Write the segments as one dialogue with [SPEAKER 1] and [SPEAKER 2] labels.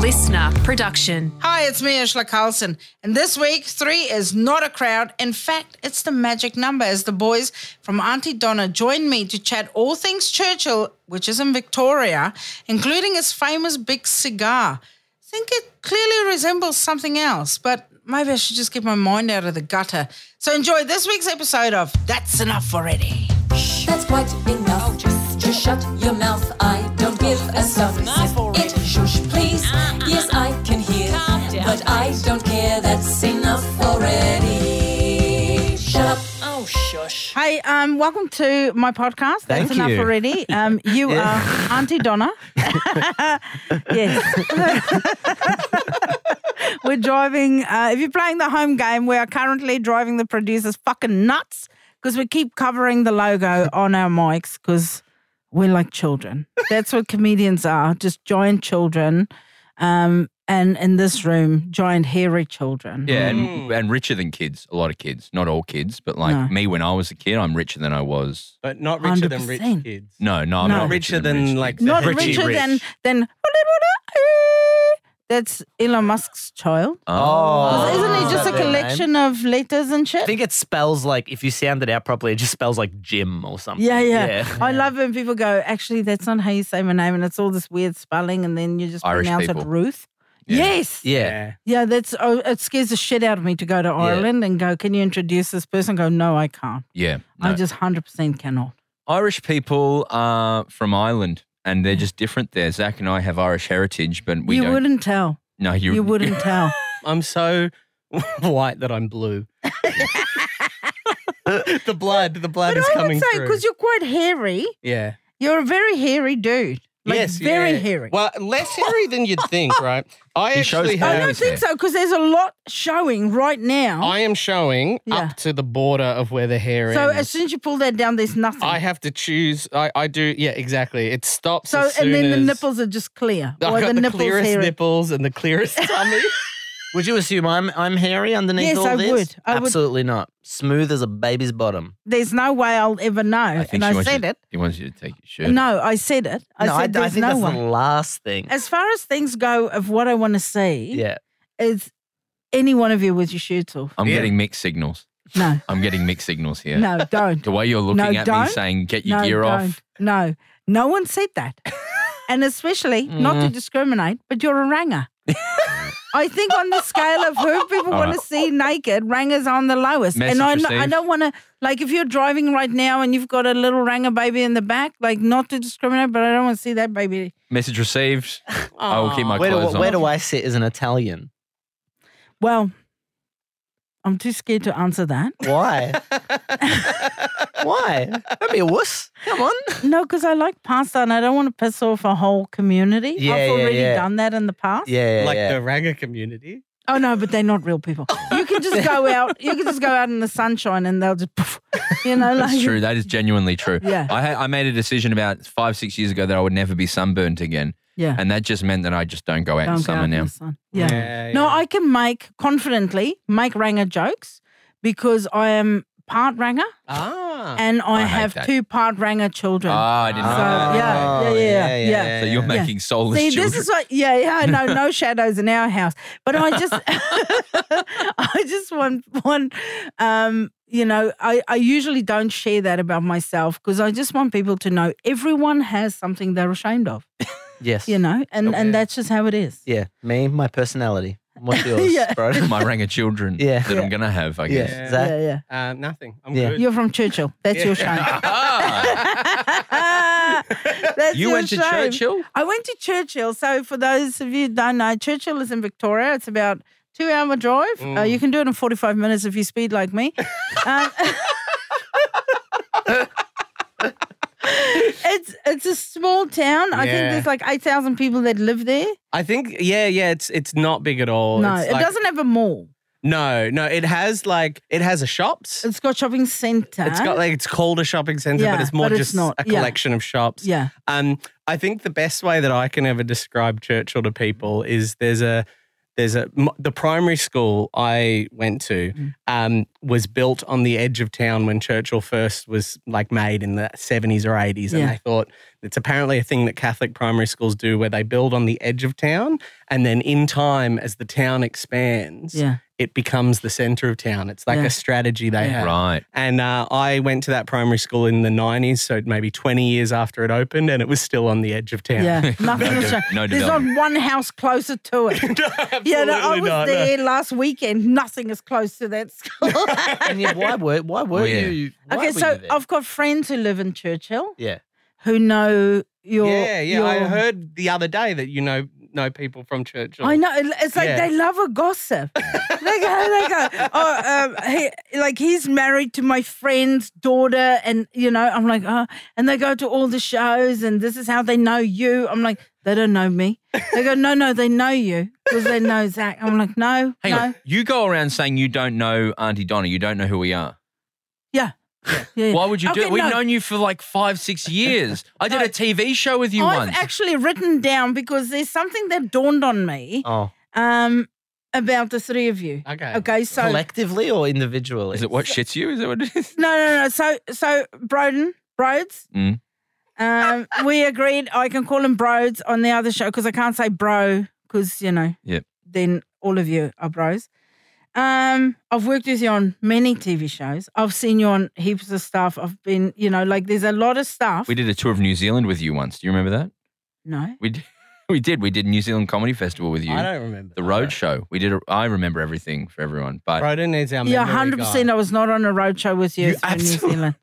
[SPEAKER 1] listener production.
[SPEAKER 2] Hi, it's me, Ishla Carlson. And this week, three is not a crowd. In fact, it's the magic number as the boys from Auntie Donna join me to chat all things Churchill, which is in Victoria, including his famous big cigar. I think it clearly resembles something else, but maybe I should just get my mind out of the gutter. So enjoy this week's episode of That's Enough Already.
[SPEAKER 3] That's quite enough. just, shut your mouth. I don't give a stuff. Sip it, shush, please.
[SPEAKER 4] Uh-uh.
[SPEAKER 3] yes, I can hear, but I don't care. That's enough already. Shut up.
[SPEAKER 4] Oh, shush.
[SPEAKER 2] Hey, um, welcome to my podcast.
[SPEAKER 5] Thank
[SPEAKER 2] That's enough
[SPEAKER 5] you.
[SPEAKER 2] already. Um, you are Auntie Donna. yes. We're driving. Uh, if you're playing the home game, we are currently driving the producers fucking nuts because we keep covering the logo on our mics because we're like children. That's what comedians are just giant children. Um, and in this room, giant hairy children.
[SPEAKER 5] Yeah, and, and richer than kids. A lot of kids, not all kids, but like
[SPEAKER 2] Mm. No.
[SPEAKER 5] me when I was a kid, I'm richer than I was.
[SPEAKER 6] But not richer than rich
[SPEAKER 2] 100%.
[SPEAKER 6] kids.
[SPEAKER 5] No, no, I'm
[SPEAKER 2] No.
[SPEAKER 5] not
[SPEAKER 6] Richer than,
[SPEAKER 5] rich
[SPEAKER 6] like,
[SPEAKER 5] kids.
[SPEAKER 2] Not
[SPEAKER 6] Richie
[SPEAKER 2] richer
[SPEAKER 6] Rich.
[SPEAKER 2] than than. eh? That's Elon Musk's child.
[SPEAKER 5] Oh,
[SPEAKER 2] Isn't it just a
[SPEAKER 7] Is that their
[SPEAKER 2] collection of letters and shit?
[SPEAKER 7] I think it spells like if you sound it out properly, it just spells like Jim or something.
[SPEAKER 2] yeah, yeah, I love when people go, actually, that's not how you say my name. And it's all this weird spelling. And then you just
[SPEAKER 5] Irish
[SPEAKER 2] pronounce it
[SPEAKER 5] people.
[SPEAKER 2] Ruth.
[SPEAKER 5] Yeah.
[SPEAKER 2] Yes.
[SPEAKER 7] Yeah.
[SPEAKER 2] Yeah, that's, oh, it scares the shit out of me to go to Ireland and go, can you introduce this person? Go, no, I can't.
[SPEAKER 5] yeah.
[SPEAKER 2] I
[SPEAKER 5] no.
[SPEAKER 2] just 100% cannot.
[SPEAKER 5] Irish people are from Ireland, and they're just different there. Zach and I have Irish heritage, but
[SPEAKER 2] Mm.
[SPEAKER 5] we
[SPEAKER 2] you
[SPEAKER 5] don't.
[SPEAKER 2] wouldn't tell.
[SPEAKER 5] no,
[SPEAKER 2] You,
[SPEAKER 5] you,
[SPEAKER 2] wouldn't tell.
[SPEAKER 6] I'm so white that I'm blue. the blood, the blood is
[SPEAKER 2] but I would
[SPEAKER 6] coming
[SPEAKER 2] say,
[SPEAKER 6] through.
[SPEAKER 2] because you're quite hairy,
[SPEAKER 6] yeah.
[SPEAKER 2] you're a very hairy dude. Like,
[SPEAKER 6] yes.
[SPEAKER 2] very
[SPEAKER 6] yeah.
[SPEAKER 2] hairy.
[SPEAKER 6] Well, less hairy than you'd think, right? I
[SPEAKER 5] He shows
[SPEAKER 6] actually
[SPEAKER 2] Oh, I
[SPEAKER 6] have.
[SPEAKER 2] don't
[SPEAKER 5] his
[SPEAKER 2] think so, because there's a lot showing right now.
[SPEAKER 6] I am showing
[SPEAKER 2] Yeah.
[SPEAKER 6] up to the border of where the hair
[SPEAKER 2] so as
[SPEAKER 6] ends.
[SPEAKER 2] soon as you pull that down, there's nothing.
[SPEAKER 6] I have to choose. I, I do. Yeah, exactly. It stops.
[SPEAKER 2] So
[SPEAKER 6] as
[SPEAKER 2] and
[SPEAKER 6] soon
[SPEAKER 2] then the
[SPEAKER 6] as-
[SPEAKER 2] nipples are just clear.
[SPEAKER 6] I've
[SPEAKER 2] or
[SPEAKER 6] got
[SPEAKER 2] the,
[SPEAKER 6] the,
[SPEAKER 2] nipples
[SPEAKER 6] clearest
[SPEAKER 2] hairy.
[SPEAKER 6] nipples and the clearest tummy.
[SPEAKER 7] Would you assume I'm I'm hairy underneath
[SPEAKER 2] Yes,
[SPEAKER 7] all
[SPEAKER 2] I
[SPEAKER 7] this?
[SPEAKER 2] would. I would.
[SPEAKER 7] Absolutely not. Smooth as a baby's bottom.
[SPEAKER 2] There's no way I'll ever know.
[SPEAKER 5] I
[SPEAKER 2] and
[SPEAKER 5] think she
[SPEAKER 2] I
[SPEAKER 5] wants
[SPEAKER 2] said
[SPEAKER 5] you,
[SPEAKER 2] it.
[SPEAKER 5] He wants you to take your shirt.
[SPEAKER 2] No, I said it. I
[SPEAKER 7] no, I,
[SPEAKER 2] said
[SPEAKER 7] I
[SPEAKER 2] there's
[SPEAKER 7] think
[SPEAKER 2] no
[SPEAKER 7] that's
[SPEAKER 2] one.
[SPEAKER 7] the last thing.
[SPEAKER 2] As far as things go of what I want to see
[SPEAKER 7] yeah.
[SPEAKER 2] is any one of you with your shirts off.
[SPEAKER 5] I'm
[SPEAKER 6] Yeah.
[SPEAKER 5] getting mixed signals.
[SPEAKER 2] No.
[SPEAKER 5] I'm getting mixed signals here.
[SPEAKER 2] No, don't.
[SPEAKER 5] The way you're looking at
[SPEAKER 2] don't.
[SPEAKER 5] me, saying "Get your
[SPEAKER 2] no,
[SPEAKER 5] gear
[SPEAKER 2] don't.
[SPEAKER 5] off."
[SPEAKER 2] No. No one said that. and especially not
[SPEAKER 7] Mm.
[SPEAKER 2] to discriminate, but you're a ranger. I think on the scale of who people
[SPEAKER 5] All
[SPEAKER 2] want
[SPEAKER 7] Uh-huh.
[SPEAKER 5] right.
[SPEAKER 2] to see naked, ranga's on the lowest.
[SPEAKER 5] Message
[SPEAKER 2] and I'm not- I
[SPEAKER 5] received.
[SPEAKER 2] don't want to, like, if you're driving right now and you've got a little ranga baby in the back, like, not to discriminate, but I don't want to see that baby.
[SPEAKER 5] Message received. I will keep my
[SPEAKER 7] Where
[SPEAKER 5] clothes
[SPEAKER 7] do, where
[SPEAKER 5] on.
[SPEAKER 7] do I sit as an Italian?
[SPEAKER 2] Well, I'm too scared to answer that.
[SPEAKER 7] Why? Why? Don't be a wuss. Come on.
[SPEAKER 2] No, because I like pasta and I don't want to piss off a whole community.
[SPEAKER 7] Yeah,
[SPEAKER 2] I've
[SPEAKER 7] yeah,
[SPEAKER 2] already
[SPEAKER 7] yeah.
[SPEAKER 2] done that in the past.
[SPEAKER 7] Yeah, yeah,
[SPEAKER 6] like
[SPEAKER 7] yeah.
[SPEAKER 6] the Ranga community.
[SPEAKER 2] Oh no, but they're not real people. You can just go out. You can just go out in the sunshine, and they'll just, poof, you know, like
[SPEAKER 5] That's true. That is genuinely true.
[SPEAKER 2] Yeah.
[SPEAKER 5] I, ha- I made a decision about five, six years ago that I would never be sunburnt again.
[SPEAKER 2] yeah.
[SPEAKER 5] And that just meant that I just don't go out
[SPEAKER 2] Don't
[SPEAKER 5] in
[SPEAKER 2] go out
[SPEAKER 5] summer
[SPEAKER 2] in
[SPEAKER 5] now.
[SPEAKER 2] the sun. Yeah.
[SPEAKER 6] Yeah,
[SPEAKER 2] No,
[SPEAKER 6] yeah.
[SPEAKER 2] I can make confidently make ranger jokes because I am part ranger
[SPEAKER 6] Ah.
[SPEAKER 2] and I, Ah,
[SPEAKER 5] I hate
[SPEAKER 2] have
[SPEAKER 5] that.
[SPEAKER 2] two part ranger children.
[SPEAKER 5] Oh, I
[SPEAKER 2] so
[SPEAKER 7] Ah.
[SPEAKER 5] didn't know that.
[SPEAKER 2] yeah, yeah, yeah, yeah.
[SPEAKER 5] So you're
[SPEAKER 2] Yeah.
[SPEAKER 5] making soulless
[SPEAKER 2] See,
[SPEAKER 5] children.
[SPEAKER 2] this is what, yeah, yeah, no, no shadows in our house. But I just, I just want, want, um, you know, I, I usually don't share that about myself because I just want people to know everyone has something they're ashamed of,
[SPEAKER 7] yes.
[SPEAKER 2] you know, and,
[SPEAKER 5] Oh,
[SPEAKER 6] Okay.
[SPEAKER 2] and that's just how it is.
[SPEAKER 7] Yeah. Me, my personality. What's yours,
[SPEAKER 2] Yeah.
[SPEAKER 7] bro?
[SPEAKER 5] my rang of children
[SPEAKER 7] Yeah.
[SPEAKER 5] that I'm going to have, I guess.
[SPEAKER 7] yeah.
[SPEAKER 2] Yeah,
[SPEAKER 7] Zach?
[SPEAKER 2] yeah.
[SPEAKER 6] Uh, nothing. I'm
[SPEAKER 7] Yeah.
[SPEAKER 6] good.
[SPEAKER 2] You're from Churchill. That's your shame.
[SPEAKER 5] Ah,
[SPEAKER 2] that's
[SPEAKER 5] you
[SPEAKER 2] your
[SPEAKER 5] went to
[SPEAKER 2] shame.
[SPEAKER 5] Churchill?
[SPEAKER 2] I went to Churchill. So for those of you who don't know, Churchill is in Victoria. It's about two hour drive.
[SPEAKER 6] Mm.
[SPEAKER 2] Uh, you can do it in forty five minutes if you speed like me. um, it's it's a small town. I think
[SPEAKER 6] Yeah.
[SPEAKER 2] there's like eight thousand people that live there.
[SPEAKER 6] I think, yeah, yeah, it's it's not big at all.
[SPEAKER 2] no,
[SPEAKER 6] It's
[SPEAKER 2] it
[SPEAKER 6] like-
[SPEAKER 2] doesn't have a mall.
[SPEAKER 6] No, no, it has like it has a shops.
[SPEAKER 2] It's got shopping center.
[SPEAKER 6] It's got like it's called a shopping center,
[SPEAKER 2] Yeah,
[SPEAKER 6] but it's more
[SPEAKER 2] but it's
[SPEAKER 6] just
[SPEAKER 2] not.
[SPEAKER 6] a
[SPEAKER 2] Yeah.
[SPEAKER 6] collection of shops.
[SPEAKER 2] yeah.
[SPEAKER 6] Um, I think the best way that I can ever describe Churchill to people is there's a There's a m- the primary school I went to
[SPEAKER 2] Mm.
[SPEAKER 6] um, was built on the edge of town when Churchill first was like made in the 70s or 80s, and
[SPEAKER 2] Yeah.
[SPEAKER 6] they thought it's apparently a thing that Catholic primary schools do, where they build on the edge of town, and then in time, as the town expands,
[SPEAKER 2] Yeah.
[SPEAKER 6] it becomes the center of town. It's like
[SPEAKER 2] Yeah.
[SPEAKER 6] a strategy they have.
[SPEAKER 5] Right.
[SPEAKER 6] And uh, I went to that primary school in the 90s, so maybe 20 years after it opened, and it was still on the edge of town.
[SPEAKER 2] Yeah, nothing
[SPEAKER 5] No
[SPEAKER 2] was
[SPEAKER 5] de-
[SPEAKER 2] changed.
[SPEAKER 5] no
[SPEAKER 2] There's not
[SPEAKER 5] development.
[SPEAKER 2] one house closer to it.
[SPEAKER 6] no, absolutely
[SPEAKER 2] yeah, no, I was
[SPEAKER 6] not, no.
[SPEAKER 2] there last weekend. Nothing is close to that school.
[SPEAKER 7] And yet, why were why were
[SPEAKER 5] Oh, yeah.
[SPEAKER 7] you? why
[SPEAKER 2] okay,
[SPEAKER 7] were
[SPEAKER 2] so
[SPEAKER 7] you there?
[SPEAKER 2] I've got friends who live in Churchill
[SPEAKER 7] yeah,
[SPEAKER 2] who know your.
[SPEAKER 6] Yeah, yeah. I
[SPEAKER 2] your-
[SPEAKER 6] heard the other day that you know know people from Churchill.
[SPEAKER 2] I know. it- It's like
[SPEAKER 6] Yeah.
[SPEAKER 2] they love a gossip. they go, they go, oh, um, he, like he's married to my friend's daughter, and you know, I'm like, oh, and they go to all the shows, and this is how they know you. I'm like, they don't know me. They go, no, no, they know you because they know Zach. I'm like, no,
[SPEAKER 5] Hang
[SPEAKER 2] no,
[SPEAKER 5] on. You go around saying you don't know Auntie Donna. You don't know who we are.
[SPEAKER 2] yeah. yeah.
[SPEAKER 5] Why would you do
[SPEAKER 2] Okay,
[SPEAKER 5] it? We've
[SPEAKER 2] no.
[SPEAKER 5] known you for like five, six years. I did
[SPEAKER 2] No.
[SPEAKER 5] a TV show with you
[SPEAKER 2] I've
[SPEAKER 5] once.
[SPEAKER 2] actually written down because there's something that dawned on me
[SPEAKER 7] oh,
[SPEAKER 2] um, about the three of you.
[SPEAKER 6] Okay.
[SPEAKER 2] Okay. So
[SPEAKER 7] collectively or individually?
[SPEAKER 5] is it what shits you? Is that what it is?
[SPEAKER 2] no, no, no. So so Broden Broads.
[SPEAKER 5] Mm.
[SPEAKER 2] Um, we agreed I can call him Broads on the other show because I can't say bro because you know.
[SPEAKER 5] Yep.
[SPEAKER 2] Then all of you are bros. Um, I've worked with you on many TV shows. I've seen you on heaps of stuff. I've been, you know, like there's a lot of stuff.
[SPEAKER 5] We did a tour of New Zealand with you once. Do you remember that?
[SPEAKER 2] no.
[SPEAKER 5] We d- we did. We did New Zealand Comedy Festival with you.
[SPEAKER 6] I don't remember.
[SPEAKER 5] the road show. We did. A, I remember everything for everyone, but
[SPEAKER 6] Broden needs our
[SPEAKER 2] Yeah,
[SPEAKER 6] memory
[SPEAKER 2] hundred percent.
[SPEAKER 6] guy.
[SPEAKER 2] I was not on a road show with you,
[SPEAKER 5] You
[SPEAKER 2] through New
[SPEAKER 5] absolute-
[SPEAKER 2] Zealand.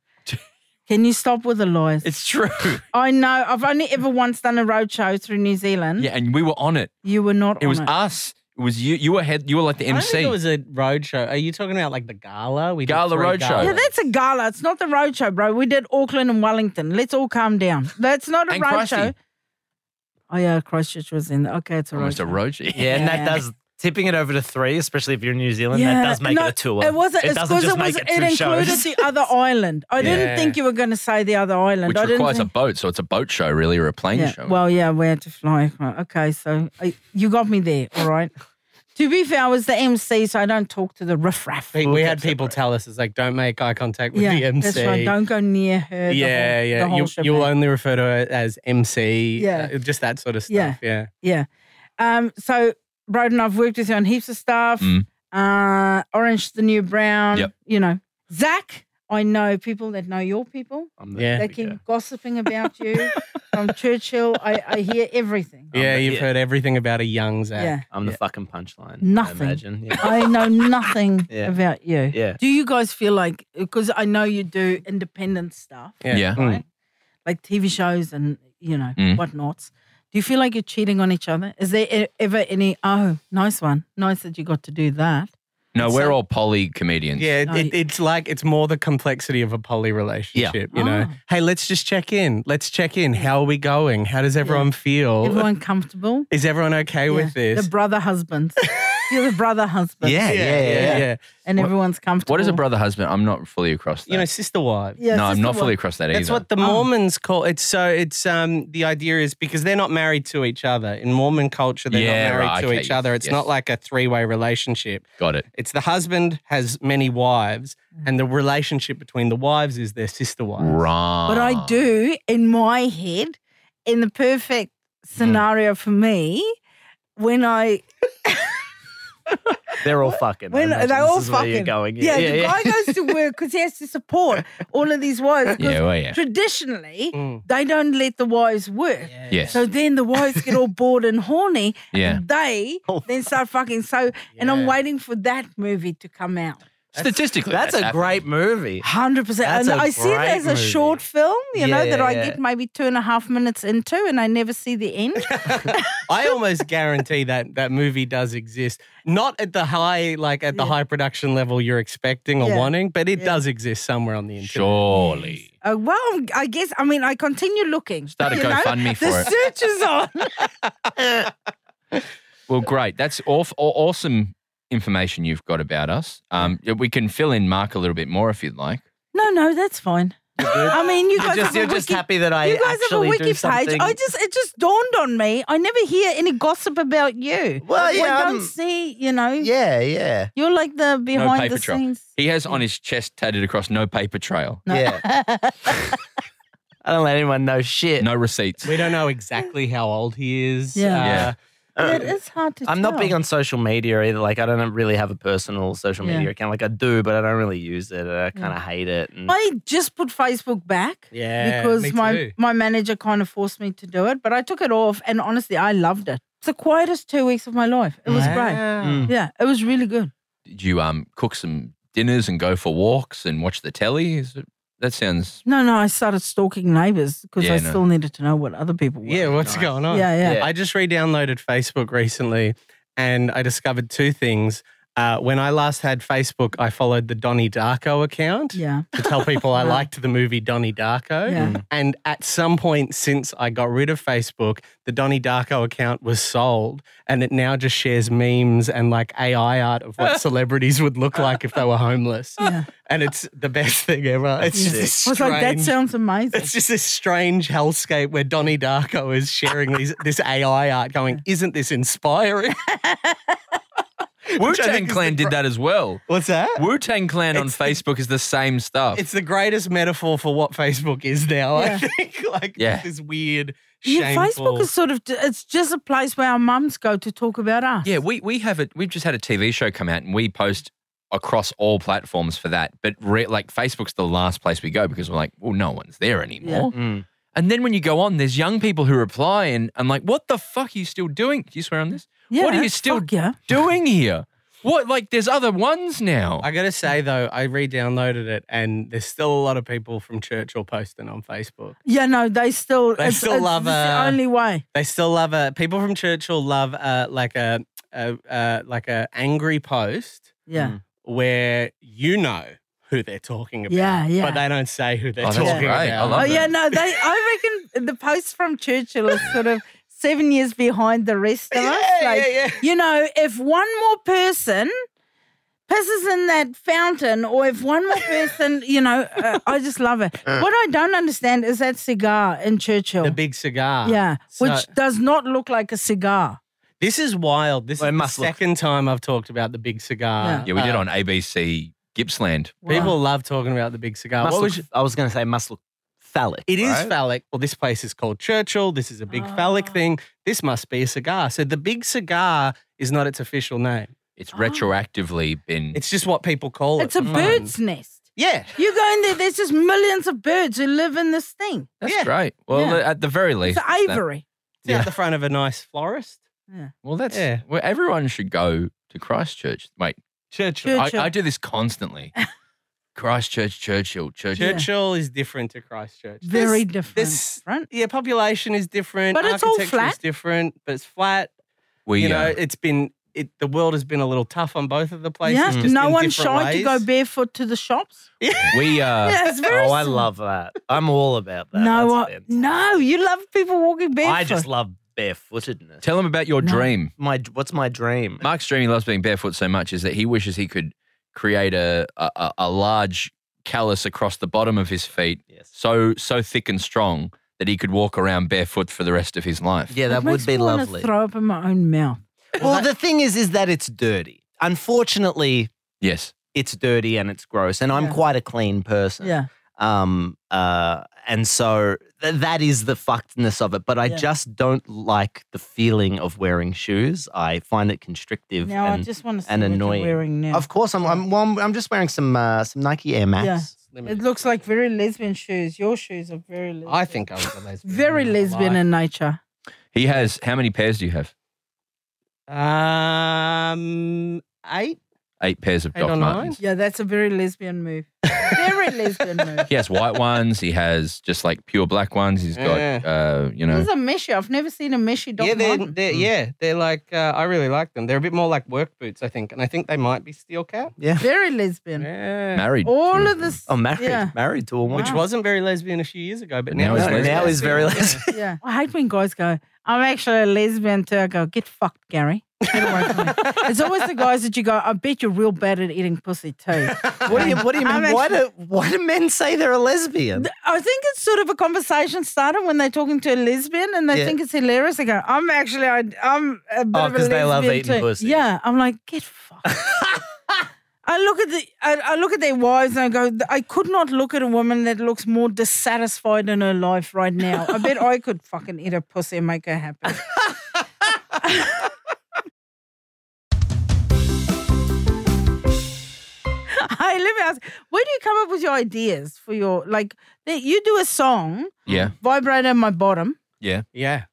[SPEAKER 2] Can you stop with the lies?
[SPEAKER 5] it's true.
[SPEAKER 2] I know. I've only ever once done a road show through New Zealand.
[SPEAKER 5] yeah, and we were on it.
[SPEAKER 2] You were not
[SPEAKER 5] It
[SPEAKER 2] on
[SPEAKER 5] was
[SPEAKER 2] it.
[SPEAKER 5] us. It was you. You were head. You were like the
[SPEAKER 6] I don't think
[SPEAKER 5] MC.
[SPEAKER 6] it was a road show. Are you talking about like the gala? We did
[SPEAKER 5] Gala
[SPEAKER 6] three
[SPEAKER 5] road show.
[SPEAKER 6] galas.
[SPEAKER 2] yeah, that's a gala. It's not the road show, bro. We did Auckland and Wellington. Let's all calm down. That's not a
[SPEAKER 5] And
[SPEAKER 2] road
[SPEAKER 5] Christy.
[SPEAKER 2] show. Oh yeah, Christchurch was in there. Okay, it's a road.
[SPEAKER 5] almost
[SPEAKER 2] show.
[SPEAKER 5] a road show.
[SPEAKER 7] Yeah, and
[SPEAKER 2] Yeah.
[SPEAKER 7] that does tipping it over to three, especially if you're in New Zealand. that does make
[SPEAKER 2] no,
[SPEAKER 7] it a tour.
[SPEAKER 2] It wasn't.
[SPEAKER 7] It
[SPEAKER 2] It's
[SPEAKER 7] doesn't
[SPEAKER 2] because
[SPEAKER 7] just
[SPEAKER 2] it
[SPEAKER 7] make
[SPEAKER 2] was.
[SPEAKER 7] it
[SPEAKER 2] It,
[SPEAKER 7] two
[SPEAKER 2] included
[SPEAKER 7] shows.
[SPEAKER 2] the other island. I didn't
[SPEAKER 6] Yeah.
[SPEAKER 2] think you were going to say the other island.
[SPEAKER 5] Which
[SPEAKER 2] I didn't
[SPEAKER 5] requires
[SPEAKER 2] think-
[SPEAKER 5] a boat, so it's a boat show, really, or a plane
[SPEAKER 2] Yeah.
[SPEAKER 5] show.
[SPEAKER 2] Well, yeah, we had to fly. Right, Okay, so I, you got me there. All right. to be fair, I was the MC, so I don't talk to the riffraff.
[SPEAKER 6] We, we had people tell us it's like don't make eye contact with
[SPEAKER 2] yeah,
[SPEAKER 6] the MC.
[SPEAKER 2] that's right. Don't go near her. the
[SPEAKER 6] yeah,
[SPEAKER 2] whole-
[SPEAKER 6] yeah.
[SPEAKER 2] the whole
[SPEAKER 6] You,
[SPEAKER 2] shebang.
[SPEAKER 6] you'll only refer to her as MC.
[SPEAKER 2] Yeah.
[SPEAKER 6] uh, just that sort of
[SPEAKER 2] Yeah.
[SPEAKER 6] stuff. Yeah.
[SPEAKER 2] yeah. Um. So, Broden, I've worked with you on heaps of stuff.
[SPEAKER 5] Mm.
[SPEAKER 2] Uh, Orange is the New Brown.
[SPEAKER 5] Yep.
[SPEAKER 2] You know, Zach. I know people that know your people.
[SPEAKER 7] I'm
[SPEAKER 6] Yeah.
[SPEAKER 2] They keep gossiping about you from Churchill. I, I hear everything.
[SPEAKER 6] Um, Yeah,
[SPEAKER 7] the-
[SPEAKER 6] you've
[SPEAKER 7] yeah.
[SPEAKER 6] heard everything about a young Zach.
[SPEAKER 2] Yeah.
[SPEAKER 7] I'm the fucking punchline.
[SPEAKER 2] Nothing.
[SPEAKER 7] I imagine. Yeah.
[SPEAKER 2] I know nothing
[SPEAKER 7] Yeah.
[SPEAKER 2] about you.
[SPEAKER 7] Yeah.
[SPEAKER 2] Do you guys feel like because I know you do independent stuff,
[SPEAKER 5] Yeah.
[SPEAKER 6] Mm.
[SPEAKER 2] right? Like TV shows and you know
[SPEAKER 5] Mm.
[SPEAKER 2] whatnots. Do you feel like you're cheating on each other? Is there e- ever any? Oh, nice one. Nice that you got to do that.
[SPEAKER 5] no,
[SPEAKER 2] it's
[SPEAKER 5] we're
[SPEAKER 2] like-
[SPEAKER 5] all poly comedians.
[SPEAKER 6] Yeah,
[SPEAKER 2] No,
[SPEAKER 6] it,
[SPEAKER 2] you-
[SPEAKER 6] it's like it's more the complexity of a poly relationship. You know,
[SPEAKER 2] Ah.
[SPEAKER 6] hey, let's just check in. Let's check in. How are we going? How does everyone feel?
[SPEAKER 2] Everyone comfortable
[SPEAKER 6] Is everyone okay with
[SPEAKER 2] Yeah.
[SPEAKER 6] this?
[SPEAKER 2] The brother husbands. you're the brother husband.
[SPEAKER 7] Yeah, yeah, yeah, yeah.
[SPEAKER 2] and everyone's comfortable.
[SPEAKER 5] What is a brother husband? I'm not fully across that.
[SPEAKER 6] You know, sister wife.
[SPEAKER 2] Yeah, Oh.
[SPEAKER 5] no, I'm
[SPEAKER 2] sister
[SPEAKER 5] not fully
[SPEAKER 2] wife.
[SPEAKER 5] across that
[SPEAKER 6] That's
[SPEAKER 5] either.
[SPEAKER 6] what the Mormons call it's so it's um the idea is because they're not married to each other. In Mormon culture, they're
[SPEAKER 5] Yeah,
[SPEAKER 6] not married
[SPEAKER 5] right,
[SPEAKER 6] to
[SPEAKER 5] okay,
[SPEAKER 6] each other. It's
[SPEAKER 5] yes.
[SPEAKER 6] not like a three-way relationship.
[SPEAKER 5] Got it.
[SPEAKER 6] It's the husband has many wives,
[SPEAKER 2] Mm.
[SPEAKER 6] and the relationship between the wives is their sister wives.
[SPEAKER 5] Right.
[SPEAKER 2] But I do in my head, in the perfect scenario for me, when I
[SPEAKER 7] They're all fucking. I
[SPEAKER 2] when
[SPEAKER 7] imagine
[SPEAKER 2] they
[SPEAKER 7] this
[SPEAKER 2] all
[SPEAKER 7] is where
[SPEAKER 2] fucking
[SPEAKER 7] you're going.
[SPEAKER 2] Yeah, the guy goes to work because he has to support all of these wives. 'cause
[SPEAKER 5] Yeah, well, yeah.
[SPEAKER 2] Traditionally,
[SPEAKER 6] Mm.
[SPEAKER 2] they don't let the wives work.
[SPEAKER 5] Yes.
[SPEAKER 2] So then the wives get all bored and horny,
[SPEAKER 5] Yeah.
[SPEAKER 2] and they
[SPEAKER 7] Oh.
[SPEAKER 2] then start fucking. So, and I'm
[SPEAKER 6] Yeah.
[SPEAKER 2] waiting for that movie to come out.
[SPEAKER 5] Statistically,
[SPEAKER 7] That's a
[SPEAKER 5] happened.
[SPEAKER 7] great movie.
[SPEAKER 2] Hundred percent.
[SPEAKER 7] That's
[SPEAKER 2] And
[SPEAKER 7] a
[SPEAKER 2] I see it
[SPEAKER 7] great
[SPEAKER 2] as a
[SPEAKER 7] movie.
[SPEAKER 2] short film, you know,
[SPEAKER 7] Yeah,
[SPEAKER 2] that I
[SPEAKER 7] yeah.
[SPEAKER 2] get maybe two and a half minutes into, and I never see the end.
[SPEAKER 6] I almost guarantee that that movie does exist. Not at the high, like at the high production level you're expecting or
[SPEAKER 2] Yeah.
[SPEAKER 6] wanting, but it
[SPEAKER 2] Yeah.
[SPEAKER 6] does exist somewhere on the internet.
[SPEAKER 5] Surely.
[SPEAKER 2] Uh, well, I guess I mean I continue looking.
[SPEAKER 5] Start a
[SPEAKER 2] you know?
[SPEAKER 5] GoFundMe for
[SPEAKER 2] The
[SPEAKER 5] it.
[SPEAKER 2] search is on.
[SPEAKER 5] Well, great. That's awf- aw- awesome information you've got about us. Um, we can fill in Mark a little bit more if you'd like.
[SPEAKER 2] No, no, that's fine. I mean, you guys
[SPEAKER 7] just-
[SPEAKER 2] have a
[SPEAKER 7] you're just
[SPEAKER 2] wiki-
[SPEAKER 7] happy that I
[SPEAKER 2] you guys have a
[SPEAKER 7] actually do
[SPEAKER 2] wiki page.
[SPEAKER 7] something.
[SPEAKER 2] I just it just dawned on me. I never hear any gossip about you.
[SPEAKER 4] Well, yeah,
[SPEAKER 2] I don't
[SPEAKER 4] I'm-
[SPEAKER 2] see. You know,
[SPEAKER 4] Yeah, yeah.
[SPEAKER 2] you're like the behind
[SPEAKER 5] paper
[SPEAKER 2] the
[SPEAKER 5] trail.
[SPEAKER 2] scenes.
[SPEAKER 5] He has on his chest tatted across no paper trail,
[SPEAKER 4] Yeah.
[SPEAKER 7] I don't let anyone know shit.
[SPEAKER 5] no receipts.
[SPEAKER 6] We don't know exactly how old he is. Uh,
[SPEAKER 2] Yeah.
[SPEAKER 5] Yeah.
[SPEAKER 2] It is hard to.
[SPEAKER 7] I'm not
[SPEAKER 2] tell.
[SPEAKER 7] big on social media either. Like, I don't really have a personal social media
[SPEAKER 2] Yeah.
[SPEAKER 7] account. Like, I do, but I don't really use it. And I kind of hate it. And
[SPEAKER 2] I just put Facebook back.
[SPEAKER 6] Yeah,
[SPEAKER 2] because
[SPEAKER 6] me
[SPEAKER 2] my
[SPEAKER 6] too.
[SPEAKER 2] my manager kind of forced me to do it, but I took it off, and honestly, I loved it. It's the quietest two weeks of my life. It was
[SPEAKER 7] Mm.
[SPEAKER 5] Mm.
[SPEAKER 6] Wow.
[SPEAKER 2] great. Yeah, it was really good.
[SPEAKER 5] Did you um cook some dinners and go for walks and watch the telly? Is it, that sounds
[SPEAKER 2] No, no, I started stalking neighbors because
[SPEAKER 5] Yeah,
[SPEAKER 2] I
[SPEAKER 5] no.
[SPEAKER 2] still needed to know what other people were.
[SPEAKER 6] Yeah, what's
[SPEAKER 7] Nice.
[SPEAKER 6] going on?
[SPEAKER 2] yeah, yeah.
[SPEAKER 7] Yeah.
[SPEAKER 6] I just re-downloaded Facebook recently, and I discovered two things. Uh, when I last had Facebook, I followed the Donnie Darko account
[SPEAKER 2] Yeah.
[SPEAKER 6] to tell people I
[SPEAKER 2] Wow.
[SPEAKER 6] liked the movie Donnie Darko.
[SPEAKER 2] Yeah.
[SPEAKER 6] And at some point since I got rid of Facebook, the Donnie Darko account was sold, and it now just shares memes and like AI art of what celebrities would look like if they were homeless.
[SPEAKER 2] Yeah.
[SPEAKER 6] And it's the best thing ever. It's just this
[SPEAKER 2] I was like, that
[SPEAKER 6] strange-
[SPEAKER 2] sounds amazing.
[SPEAKER 6] it's just this strange hellscape where Donnie Darko is sharing these, this AI art going, isn't this inspiring?
[SPEAKER 5] Wu
[SPEAKER 6] I
[SPEAKER 5] Tang
[SPEAKER 6] think is
[SPEAKER 5] Clan did that as well.
[SPEAKER 6] What's that?
[SPEAKER 5] Wu Tang Clan on Facebook is the same stuff.
[SPEAKER 6] It's the greatest metaphor for what Facebook is now,
[SPEAKER 2] Yeah.
[SPEAKER 6] I think. Like
[SPEAKER 5] Yeah.
[SPEAKER 6] this weird,
[SPEAKER 2] yeah,
[SPEAKER 6] shameful...
[SPEAKER 2] Facebook is sort of, it's just a place where our mums go to talk about us.
[SPEAKER 5] yeah, we we have it. We've just had a TV show come out and we post across all platforms for that. But re, like Facebook's the last place we go because we're like, well, no one's there anymore.
[SPEAKER 7] Mm.
[SPEAKER 5] And then when you go on, there's young people who reply and I'm like, what the fuck are you still doing? Do you swear on this?
[SPEAKER 2] Yeah,
[SPEAKER 5] what are you still
[SPEAKER 2] fuck yeah.
[SPEAKER 5] doing here? What like there's other ones now.
[SPEAKER 6] I gotta say though, I re-downloaded it and there's still a lot of people from Churchill posting on Facebook.
[SPEAKER 2] Yeah, no, they still,
[SPEAKER 6] They
[SPEAKER 2] it's,
[SPEAKER 6] still
[SPEAKER 2] it's
[SPEAKER 6] love,
[SPEAKER 2] it's the
[SPEAKER 6] uh,
[SPEAKER 2] only way.
[SPEAKER 6] They still love a people from Churchill love uh, like a, a uh, like a angry post
[SPEAKER 2] Yeah.
[SPEAKER 6] where you know who they're talking about.
[SPEAKER 2] Yeah, yeah.
[SPEAKER 6] But they don't say who they're
[SPEAKER 5] Oh, that's
[SPEAKER 6] talking
[SPEAKER 5] great. I
[SPEAKER 6] about.
[SPEAKER 5] love
[SPEAKER 2] Oh
[SPEAKER 5] it.
[SPEAKER 2] yeah, no, they. I reckon the post from Churchill is sort of seven years behind the rest of us.
[SPEAKER 6] Yeah,
[SPEAKER 2] Like,
[SPEAKER 6] yeah, yeah.
[SPEAKER 2] you know, if one more person pisses in that fountain, or if one more person, you know, uh, I just love it. What I don't understand is that cigar in Churchill.
[SPEAKER 6] The big cigar.
[SPEAKER 2] yeah,
[SPEAKER 6] So-
[SPEAKER 2] which does not look like a cigar.
[SPEAKER 6] This is wild. This
[SPEAKER 7] Well, it
[SPEAKER 6] is the
[SPEAKER 7] must look-
[SPEAKER 6] second time I've talked about the big cigar.
[SPEAKER 2] Yeah.
[SPEAKER 5] yeah, we did
[SPEAKER 6] Uh,
[SPEAKER 5] on ABC Gippsland.
[SPEAKER 6] People love talking about the big cigar.
[SPEAKER 7] Must
[SPEAKER 6] What
[SPEAKER 7] look,
[SPEAKER 6] was your-
[SPEAKER 7] I was going to say, must look phallic.
[SPEAKER 6] It is
[SPEAKER 5] right?
[SPEAKER 6] phallic. Well, this place is called Churchill. This is a
[SPEAKER 2] Ah.
[SPEAKER 6] big phallic thing. This must be a cigar. So the big cigar is not its official name.
[SPEAKER 2] Oh.
[SPEAKER 5] It's retroactively been
[SPEAKER 6] It's just what people call it.
[SPEAKER 2] It's a
[SPEAKER 6] for fun.
[SPEAKER 2] bird's nest.
[SPEAKER 6] Yeah.
[SPEAKER 2] You go in there, there's just millions of birds who live in this thing.
[SPEAKER 5] that's
[SPEAKER 6] yeah.
[SPEAKER 5] great. Well,
[SPEAKER 2] Yeah.
[SPEAKER 5] at the very least,
[SPEAKER 2] It's
[SPEAKER 5] that-
[SPEAKER 2] ivory.
[SPEAKER 6] It's out the front of a nice florist.
[SPEAKER 5] Well, that's
[SPEAKER 6] Yeah.
[SPEAKER 5] well, everyone should go to Christchurch. Wait,
[SPEAKER 6] Churchill.
[SPEAKER 5] I,
[SPEAKER 2] Churchill.
[SPEAKER 5] I do this constantly. Christchurch, Churchill, Churchill.
[SPEAKER 6] Churchill is different to Christchurch.
[SPEAKER 2] Very
[SPEAKER 6] There's-
[SPEAKER 2] different.
[SPEAKER 6] there's-
[SPEAKER 2] front.
[SPEAKER 6] Yeah, population is different.
[SPEAKER 2] But it's all
[SPEAKER 6] architecture is
[SPEAKER 2] flat.
[SPEAKER 6] different, but it's flat.
[SPEAKER 5] We,
[SPEAKER 6] you know,
[SPEAKER 5] uh,
[SPEAKER 6] it's been it. The world has been a little tough on both of the places.
[SPEAKER 2] Yeah,
[SPEAKER 6] just
[SPEAKER 2] no
[SPEAKER 6] in
[SPEAKER 2] one's
[SPEAKER 6] different
[SPEAKER 2] shy to
[SPEAKER 6] ways.
[SPEAKER 2] go barefoot to the shops.
[SPEAKER 5] we, uh,
[SPEAKER 2] Yeah, it's very.
[SPEAKER 7] Oh, I
[SPEAKER 2] s-
[SPEAKER 7] love that. I'm all about that.
[SPEAKER 2] No,
[SPEAKER 7] That's
[SPEAKER 2] I,
[SPEAKER 7] fantastic.
[SPEAKER 2] no, you love people walking barefoot.
[SPEAKER 7] I just love barefootedness.
[SPEAKER 5] tell them about your
[SPEAKER 2] No.
[SPEAKER 5] dream.
[SPEAKER 7] My what's my dream?
[SPEAKER 5] Mark's dream he loves being barefoot so much is that he wishes he could create a a, a- a large callus across the bottom of his feet,
[SPEAKER 7] Yes.
[SPEAKER 5] so so thick and strong that he could walk around barefoot for the rest of his life.
[SPEAKER 7] Yeah, that
[SPEAKER 2] It
[SPEAKER 7] would
[SPEAKER 2] makes
[SPEAKER 7] be
[SPEAKER 2] me wanna
[SPEAKER 7] lovely.
[SPEAKER 2] Throw up in my own mouth.
[SPEAKER 7] Well, the thing is, is that it's dirty. Unfortunately,
[SPEAKER 5] Yes.
[SPEAKER 7] it's dirty and it's gross, and I'm
[SPEAKER 2] Yeah.
[SPEAKER 7] quite a clean person.
[SPEAKER 2] Yeah,
[SPEAKER 7] Um. Uh. And so th- that is the fuckedness of it. But I
[SPEAKER 2] Yeah.
[SPEAKER 7] just don't like the feeling of wearing shoes. I find it constrictive.
[SPEAKER 2] now I
[SPEAKER 7] and
[SPEAKER 2] just want to see
[SPEAKER 7] and
[SPEAKER 2] what
[SPEAKER 7] annoying.
[SPEAKER 2] you're wearing now.
[SPEAKER 7] of course, I'm. I'm, well, I'm. I'm just wearing some uh, some Nike Air Max.
[SPEAKER 2] Yeah.
[SPEAKER 6] Limit.
[SPEAKER 2] it looks like very lesbian shoes. Your shoes are very. Lesbian.
[SPEAKER 6] I think I was a lesbian.
[SPEAKER 2] very
[SPEAKER 6] in my
[SPEAKER 2] lesbian
[SPEAKER 6] life.
[SPEAKER 2] in nature.
[SPEAKER 5] He has how many pairs do you have?
[SPEAKER 6] um eight.
[SPEAKER 5] Eight pairs of
[SPEAKER 6] Eight
[SPEAKER 5] Doc
[SPEAKER 6] or nine?
[SPEAKER 5] Martens.
[SPEAKER 2] Yeah, that's a very lesbian move. very lesbian move.
[SPEAKER 5] He has white ones. He has just like pure black ones. He's got,
[SPEAKER 6] Yeah.
[SPEAKER 5] uh, you know,
[SPEAKER 2] This is a meshy. I've never seen a meshy dog.
[SPEAKER 6] yeah, they're,
[SPEAKER 2] Marten.
[SPEAKER 6] they're yeah they're like uh, I really like them. They're a bit more like work boots, I think, and I think they might be steel cap.
[SPEAKER 2] Very lesbian.
[SPEAKER 6] Yeah.
[SPEAKER 5] married.
[SPEAKER 2] All
[SPEAKER 5] Oh,
[SPEAKER 2] of this.
[SPEAKER 7] I'm Oh, married.
[SPEAKER 2] Yeah.
[SPEAKER 7] Married to a woman.
[SPEAKER 2] Ah.
[SPEAKER 6] Which wasn't very lesbian a few years ago, but
[SPEAKER 5] But now
[SPEAKER 6] now, it's
[SPEAKER 5] it's
[SPEAKER 6] very
[SPEAKER 5] lesbian.
[SPEAKER 7] now is very
[SPEAKER 6] lesbian.
[SPEAKER 7] less.
[SPEAKER 2] Yeah. I hate when guys go, I'm actually a lesbian too. I go, get fucked, Gary. Get away from me. It's always the guys that you go, I bet you're real bad at eating pussy too.
[SPEAKER 7] What do you What do you
[SPEAKER 2] I'm
[SPEAKER 7] mean? why do Why do men say they're a lesbian?
[SPEAKER 2] I think it's sort of a conversation starter when they're talking to a lesbian and they
[SPEAKER 7] Yeah.
[SPEAKER 2] think it's hilarious. They go, I'm actually, I, I'm a bit
[SPEAKER 7] Oh,
[SPEAKER 2] of a
[SPEAKER 7] 'cause they love
[SPEAKER 2] lesbian
[SPEAKER 7] eating
[SPEAKER 2] too.
[SPEAKER 7] pussy.
[SPEAKER 2] Yeah, I'm like, get fucked. I look at the, I, I look at their wives and I go, I could not look at a woman that looks more dissatisfied in her life right now. I bet I could fucking eat a pussy and make her happy. Hey, let me ask, where do you come up with your ideas for your like? that You do a song,
[SPEAKER 5] Yeah.
[SPEAKER 2] vibrator in my bottom.
[SPEAKER 5] Yeah.
[SPEAKER 6] Yeah.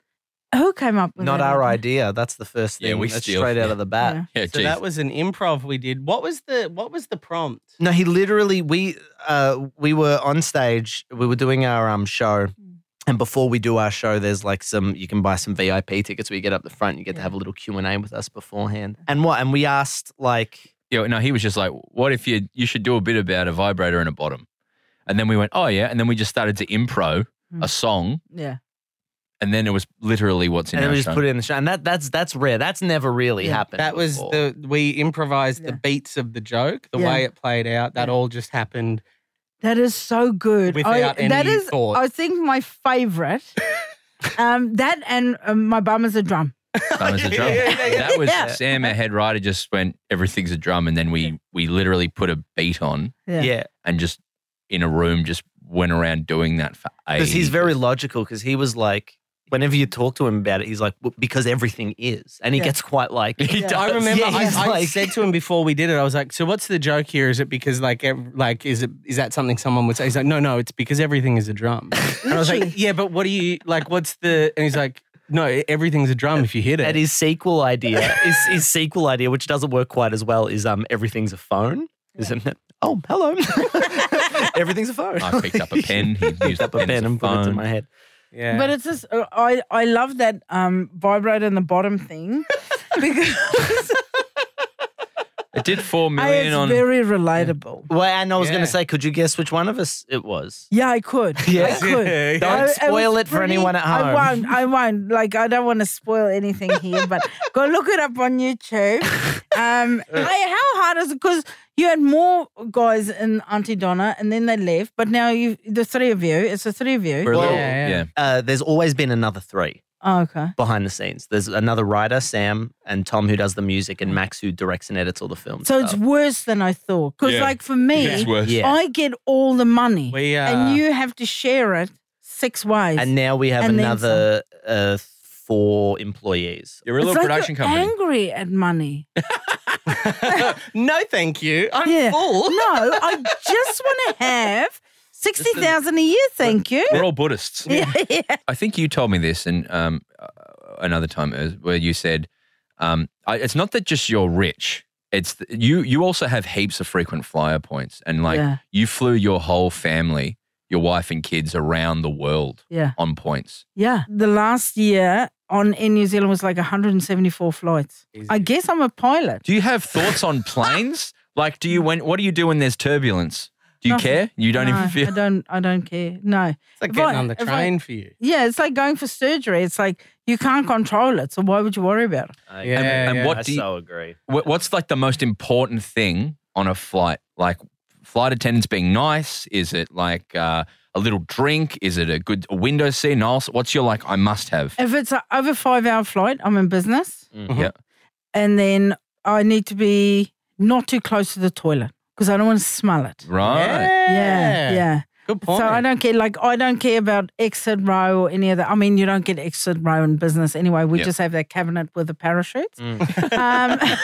[SPEAKER 2] Who came up with
[SPEAKER 7] Not
[SPEAKER 2] that
[SPEAKER 7] our
[SPEAKER 2] idea?
[SPEAKER 7] idea. That's the first thing.
[SPEAKER 5] Yeah, we
[SPEAKER 7] That's
[SPEAKER 5] steal
[SPEAKER 7] straight
[SPEAKER 5] from
[SPEAKER 7] out
[SPEAKER 5] you.
[SPEAKER 7] of the bat.
[SPEAKER 2] Yeah.
[SPEAKER 5] Yeah.
[SPEAKER 6] So
[SPEAKER 5] geez.
[SPEAKER 6] that was an improv we did. What was the What was the prompt?
[SPEAKER 7] No, he literally we uh we were on stage, we were doing our um show.
[SPEAKER 6] Hmm.
[SPEAKER 7] And before we do our show, there's like some you can buy some VIP tickets where you get up the front, you get to have a little Q and A with us beforehand. And what? And we asked like
[SPEAKER 5] Yeah, no, he was just like, "What if you you should do a bit about a vibrator and a bottom?" And then we went, "Oh yeah," and then we just started to impro
[SPEAKER 7] Hmm.
[SPEAKER 5] a song,
[SPEAKER 2] Yeah.
[SPEAKER 5] and then it was literally what's in
[SPEAKER 7] and then
[SPEAKER 5] our
[SPEAKER 7] we just
[SPEAKER 5] show.
[SPEAKER 7] put it in the show. And that that's that's rare. That's never really
[SPEAKER 2] Yeah.
[SPEAKER 7] happened.
[SPEAKER 6] That was
[SPEAKER 7] before.
[SPEAKER 6] the we improvised
[SPEAKER 2] Yeah.
[SPEAKER 6] the beats of the joke, the
[SPEAKER 2] Yeah.
[SPEAKER 6] way it played out. That all just happened.
[SPEAKER 2] That is so good. Oh,
[SPEAKER 6] Without
[SPEAKER 2] that
[SPEAKER 6] any
[SPEAKER 2] is,
[SPEAKER 6] thought.
[SPEAKER 2] I think my favorite. um, that and um, my bum is a drum.
[SPEAKER 5] Done as a drum. That was
[SPEAKER 2] Yeah.
[SPEAKER 5] Sam, our head writer, just went, "Everything's a drum," and then we we literally put a beat on
[SPEAKER 2] Yeah.
[SPEAKER 7] yeah.
[SPEAKER 5] and just in a room just went around doing that for ages.
[SPEAKER 7] Because he's very logical. Because he was like, whenever you talk to him about it, he's like, "Well, because everything is, and he
[SPEAKER 2] Yeah.
[SPEAKER 7] gets quite like,
[SPEAKER 5] He
[SPEAKER 2] Yeah.
[SPEAKER 5] does.
[SPEAKER 6] I remember
[SPEAKER 7] Yeah,
[SPEAKER 6] I,
[SPEAKER 7] he's
[SPEAKER 6] I
[SPEAKER 7] like-
[SPEAKER 6] said to him before we did it, I was like, "So what's the joke here? Is it because like ev- like is it is that something someone would say?" He's like, "No, no, it's because everything is a drum." And I was like, "Yeah, but what do you like? What's the?" And he's like, "No, e, everything's a drum if you hit
[SPEAKER 7] And
[SPEAKER 6] it."
[SPEAKER 7] his sequel idea, his, his sequel idea, which doesn't work quite as well, is um everything's a phone. Is it? Oh, hello. everything's a phone.
[SPEAKER 5] I picked up a pen. He used
[SPEAKER 7] Picked up a pen and put it to my head.
[SPEAKER 6] Yeah,
[SPEAKER 2] But it's just, uh, I, I love that um, vibrator in the bottom thing because
[SPEAKER 5] It did four million
[SPEAKER 2] it's
[SPEAKER 5] on.
[SPEAKER 2] very relatable.
[SPEAKER 7] Well, and I was
[SPEAKER 6] Yeah.
[SPEAKER 7] going to say, could you guess which one of us it was?
[SPEAKER 2] Yeah, I could. I
[SPEAKER 7] Yeah.
[SPEAKER 2] could.
[SPEAKER 6] Yeah.
[SPEAKER 7] Don't
[SPEAKER 2] I- was
[SPEAKER 7] spoil it for
[SPEAKER 2] pretty-
[SPEAKER 7] anyone at
[SPEAKER 2] I
[SPEAKER 7] home.
[SPEAKER 2] won't. I won't. Like, I don't want to spoil anything here, but go look it up on YouTube. Um, I, how hard is it? Because you had more guys in Auntie Donna, and then they left. But now you, the three of you, it's the three of
[SPEAKER 5] for a
[SPEAKER 2] you.
[SPEAKER 7] Well-
[SPEAKER 5] little-
[SPEAKER 6] Yeah,
[SPEAKER 5] yeah,
[SPEAKER 6] yeah.
[SPEAKER 7] Uh, there's always been another three
[SPEAKER 2] Oh, okay.
[SPEAKER 7] behind the scenes. There's another writer, Sam, and Tom, who does the music, and Max, who directs and edits all the films.
[SPEAKER 2] So it's worse than I thought. Because,
[SPEAKER 5] Yeah.
[SPEAKER 2] like, for me,
[SPEAKER 5] worse.
[SPEAKER 7] Oh. yeah.
[SPEAKER 2] I get all the money,
[SPEAKER 6] we uh,
[SPEAKER 2] and you have to share it six ways.
[SPEAKER 7] and now we have
[SPEAKER 2] And then
[SPEAKER 7] another uh, four employees.
[SPEAKER 5] You're a little
[SPEAKER 2] it's like
[SPEAKER 5] production
[SPEAKER 2] you're
[SPEAKER 5] company.
[SPEAKER 2] angry at money.
[SPEAKER 6] no, thank you. I'm
[SPEAKER 2] Yeah.
[SPEAKER 6] full.
[SPEAKER 2] No, I just want to have sixty thousand a year. Thank you.
[SPEAKER 5] We're all Buddhists.
[SPEAKER 2] Yeah, yeah.
[SPEAKER 5] I think you told me this, and um, uh, another time uh, where you said, um, I, "It's not that just you're rich; it's th- you. You also have heaps of frequent flyer points, and like
[SPEAKER 2] Yeah.
[SPEAKER 5] you flew your whole family, your wife and kids, around the world
[SPEAKER 2] yeah,
[SPEAKER 5] on points.
[SPEAKER 2] yeah. The last year on in New Zealand was like one hundred and seventy-four flights. I guess I'm a pilot.
[SPEAKER 5] Do you have thoughts on planes? Like, do you when? What do you do when there's turbulence? Do you
[SPEAKER 2] Nothing.
[SPEAKER 5] care? You don't
[SPEAKER 2] No,
[SPEAKER 5] even feel.
[SPEAKER 2] I don't. I don't care. No.
[SPEAKER 6] It's like
[SPEAKER 2] If
[SPEAKER 6] getting
[SPEAKER 2] I-
[SPEAKER 6] on the
[SPEAKER 2] if I-
[SPEAKER 6] train for you.
[SPEAKER 2] Yeah, it's like going for surgery. It's like you can't control it, so why would you worry about it?
[SPEAKER 7] I,
[SPEAKER 6] Yeah,
[SPEAKER 5] and what
[SPEAKER 7] I
[SPEAKER 5] do you-
[SPEAKER 7] so agree.
[SPEAKER 5] Wh- What's like the most important thing on a flight? Like flight attendants being nice? Is it like uh, a little drink? Is it a good a window seat? And also, what's your like? I must have.
[SPEAKER 2] If it's a over five-hour flight, I'm in business,
[SPEAKER 7] Mhm.
[SPEAKER 5] Yeah.
[SPEAKER 2] and then I need to be not too close to the toilet because I don't want to smell it.
[SPEAKER 5] Right.
[SPEAKER 2] Yeah, yeah.
[SPEAKER 6] Good point.
[SPEAKER 2] So I don't care. Like I don't care about exit row or any of that. I mean, you don't get exit row in business anyway. We
[SPEAKER 5] Yeah.
[SPEAKER 2] just have that cabinet with the parachutes.
[SPEAKER 7] Mm.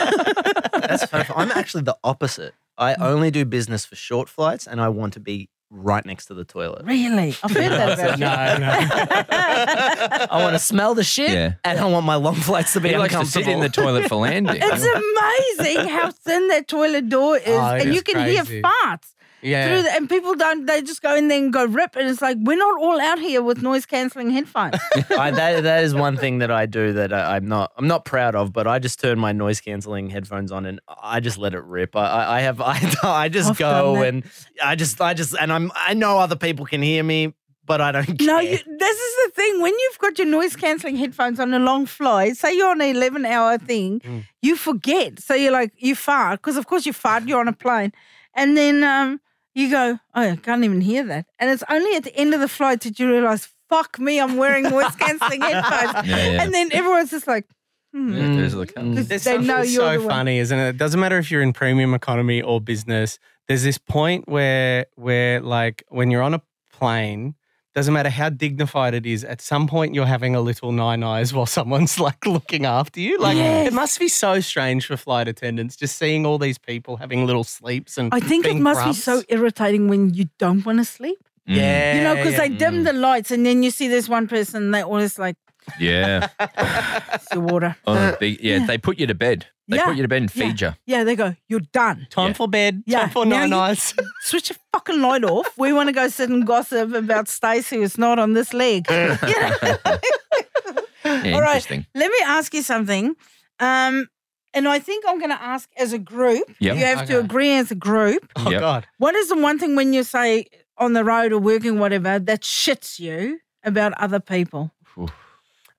[SPEAKER 2] Um,
[SPEAKER 7] That's fun. I'm actually the opposite. I only do business for short flights, and I want to be right next to the toilet.
[SPEAKER 2] really, I've heard that about you.
[SPEAKER 6] no, no.
[SPEAKER 7] I want to smell the shit,
[SPEAKER 5] Yeah.
[SPEAKER 7] and I want my long flights to be
[SPEAKER 5] He likes to sit
[SPEAKER 7] uncomfortable.
[SPEAKER 5] in the toilet for landing.
[SPEAKER 2] It's amazing how thin that toilet door is,
[SPEAKER 6] Oh,
[SPEAKER 2] and you
[SPEAKER 6] it's
[SPEAKER 2] can
[SPEAKER 6] crazy.
[SPEAKER 2] hear farts
[SPEAKER 6] Yeah.
[SPEAKER 2] through. The, and people don't. They just go in there and go rip, and it's like we're not all out here with noise cancelling headphones.
[SPEAKER 7] I, that, that is one thing that I do that I, I'm not I'm not proud of, but I just turn my noise cancelling headphones on and I just let it rip. I, I, I have I, I just
[SPEAKER 2] I've done
[SPEAKER 7] go
[SPEAKER 2] that.
[SPEAKER 7] and I just I just and I'm I know other people can hear me, but I don't care.
[SPEAKER 2] No, you, this is the thing. When you've got your noise cancelling headphones on a long flight, say you're on an 11 hour thing,
[SPEAKER 6] Mm.
[SPEAKER 2] you forget. So you're like, you fart, because of course you fart, you're on a plane. And then um, you go, oh, I can't even hear that. And it's only at the end of the flight that you realize, fuck me, I'm wearing noise cancelling headphones.
[SPEAKER 5] Yeah, yeah.
[SPEAKER 2] And then everyone's just like,
[SPEAKER 6] Mm.
[SPEAKER 5] Yeah, there's the cat.
[SPEAKER 2] Just-
[SPEAKER 6] There's
[SPEAKER 2] they
[SPEAKER 6] something
[SPEAKER 2] know you're
[SPEAKER 6] so
[SPEAKER 2] the one.
[SPEAKER 6] funny, isn't it? It doesn't matter if you're in premium economy or business. There's this point where where like when you're on a plane, doesn't matter how dignified it is, at some point you're having a little nine eyes while someone's like looking after you. Like it must be so strange for flight attendants just seeing all these people having little sleeps and
[SPEAKER 2] I think it
[SPEAKER 6] being
[SPEAKER 2] must be
[SPEAKER 6] grubs.
[SPEAKER 2] so irritating when you don't want to sleep.
[SPEAKER 6] Yeah.
[SPEAKER 2] You know, because
[SPEAKER 6] yeah. Mm.
[SPEAKER 2] they dim the lights and then you see this one person, they always like,
[SPEAKER 5] Yeah.
[SPEAKER 2] it's your water.
[SPEAKER 5] Oh, they, yeah, they put you to bed. They
[SPEAKER 2] Yeah.
[SPEAKER 5] put you to bed and feed you.
[SPEAKER 2] Yeah, they go, you're done.
[SPEAKER 6] time
[SPEAKER 5] Yeah.
[SPEAKER 6] for bed,
[SPEAKER 2] Yeah.
[SPEAKER 6] time for
[SPEAKER 2] Now
[SPEAKER 6] nine
[SPEAKER 2] you-
[SPEAKER 6] eyes.
[SPEAKER 2] switch your fucking light off. We want to go sit and gossip about Stacey who's not on this leg.
[SPEAKER 5] Yeah,
[SPEAKER 2] All right.
[SPEAKER 5] Hmm. interesting.
[SPEAKER 2] Let me ask you something. Um, and I think I'm going to ask as a group.
[SPEAKER 5] Yep.
[SPEAKER 2] You have to
[SPEAKER 6] Okay.
[SPEAKER 2] agree as a group.
[SPEAKER 6] oh
[SPEAKER 5] Yep.
[SPEAKER 6] god.
[SPEAKER 2] What is the one thing when you say on the road or working, whatever, that shits you about other people?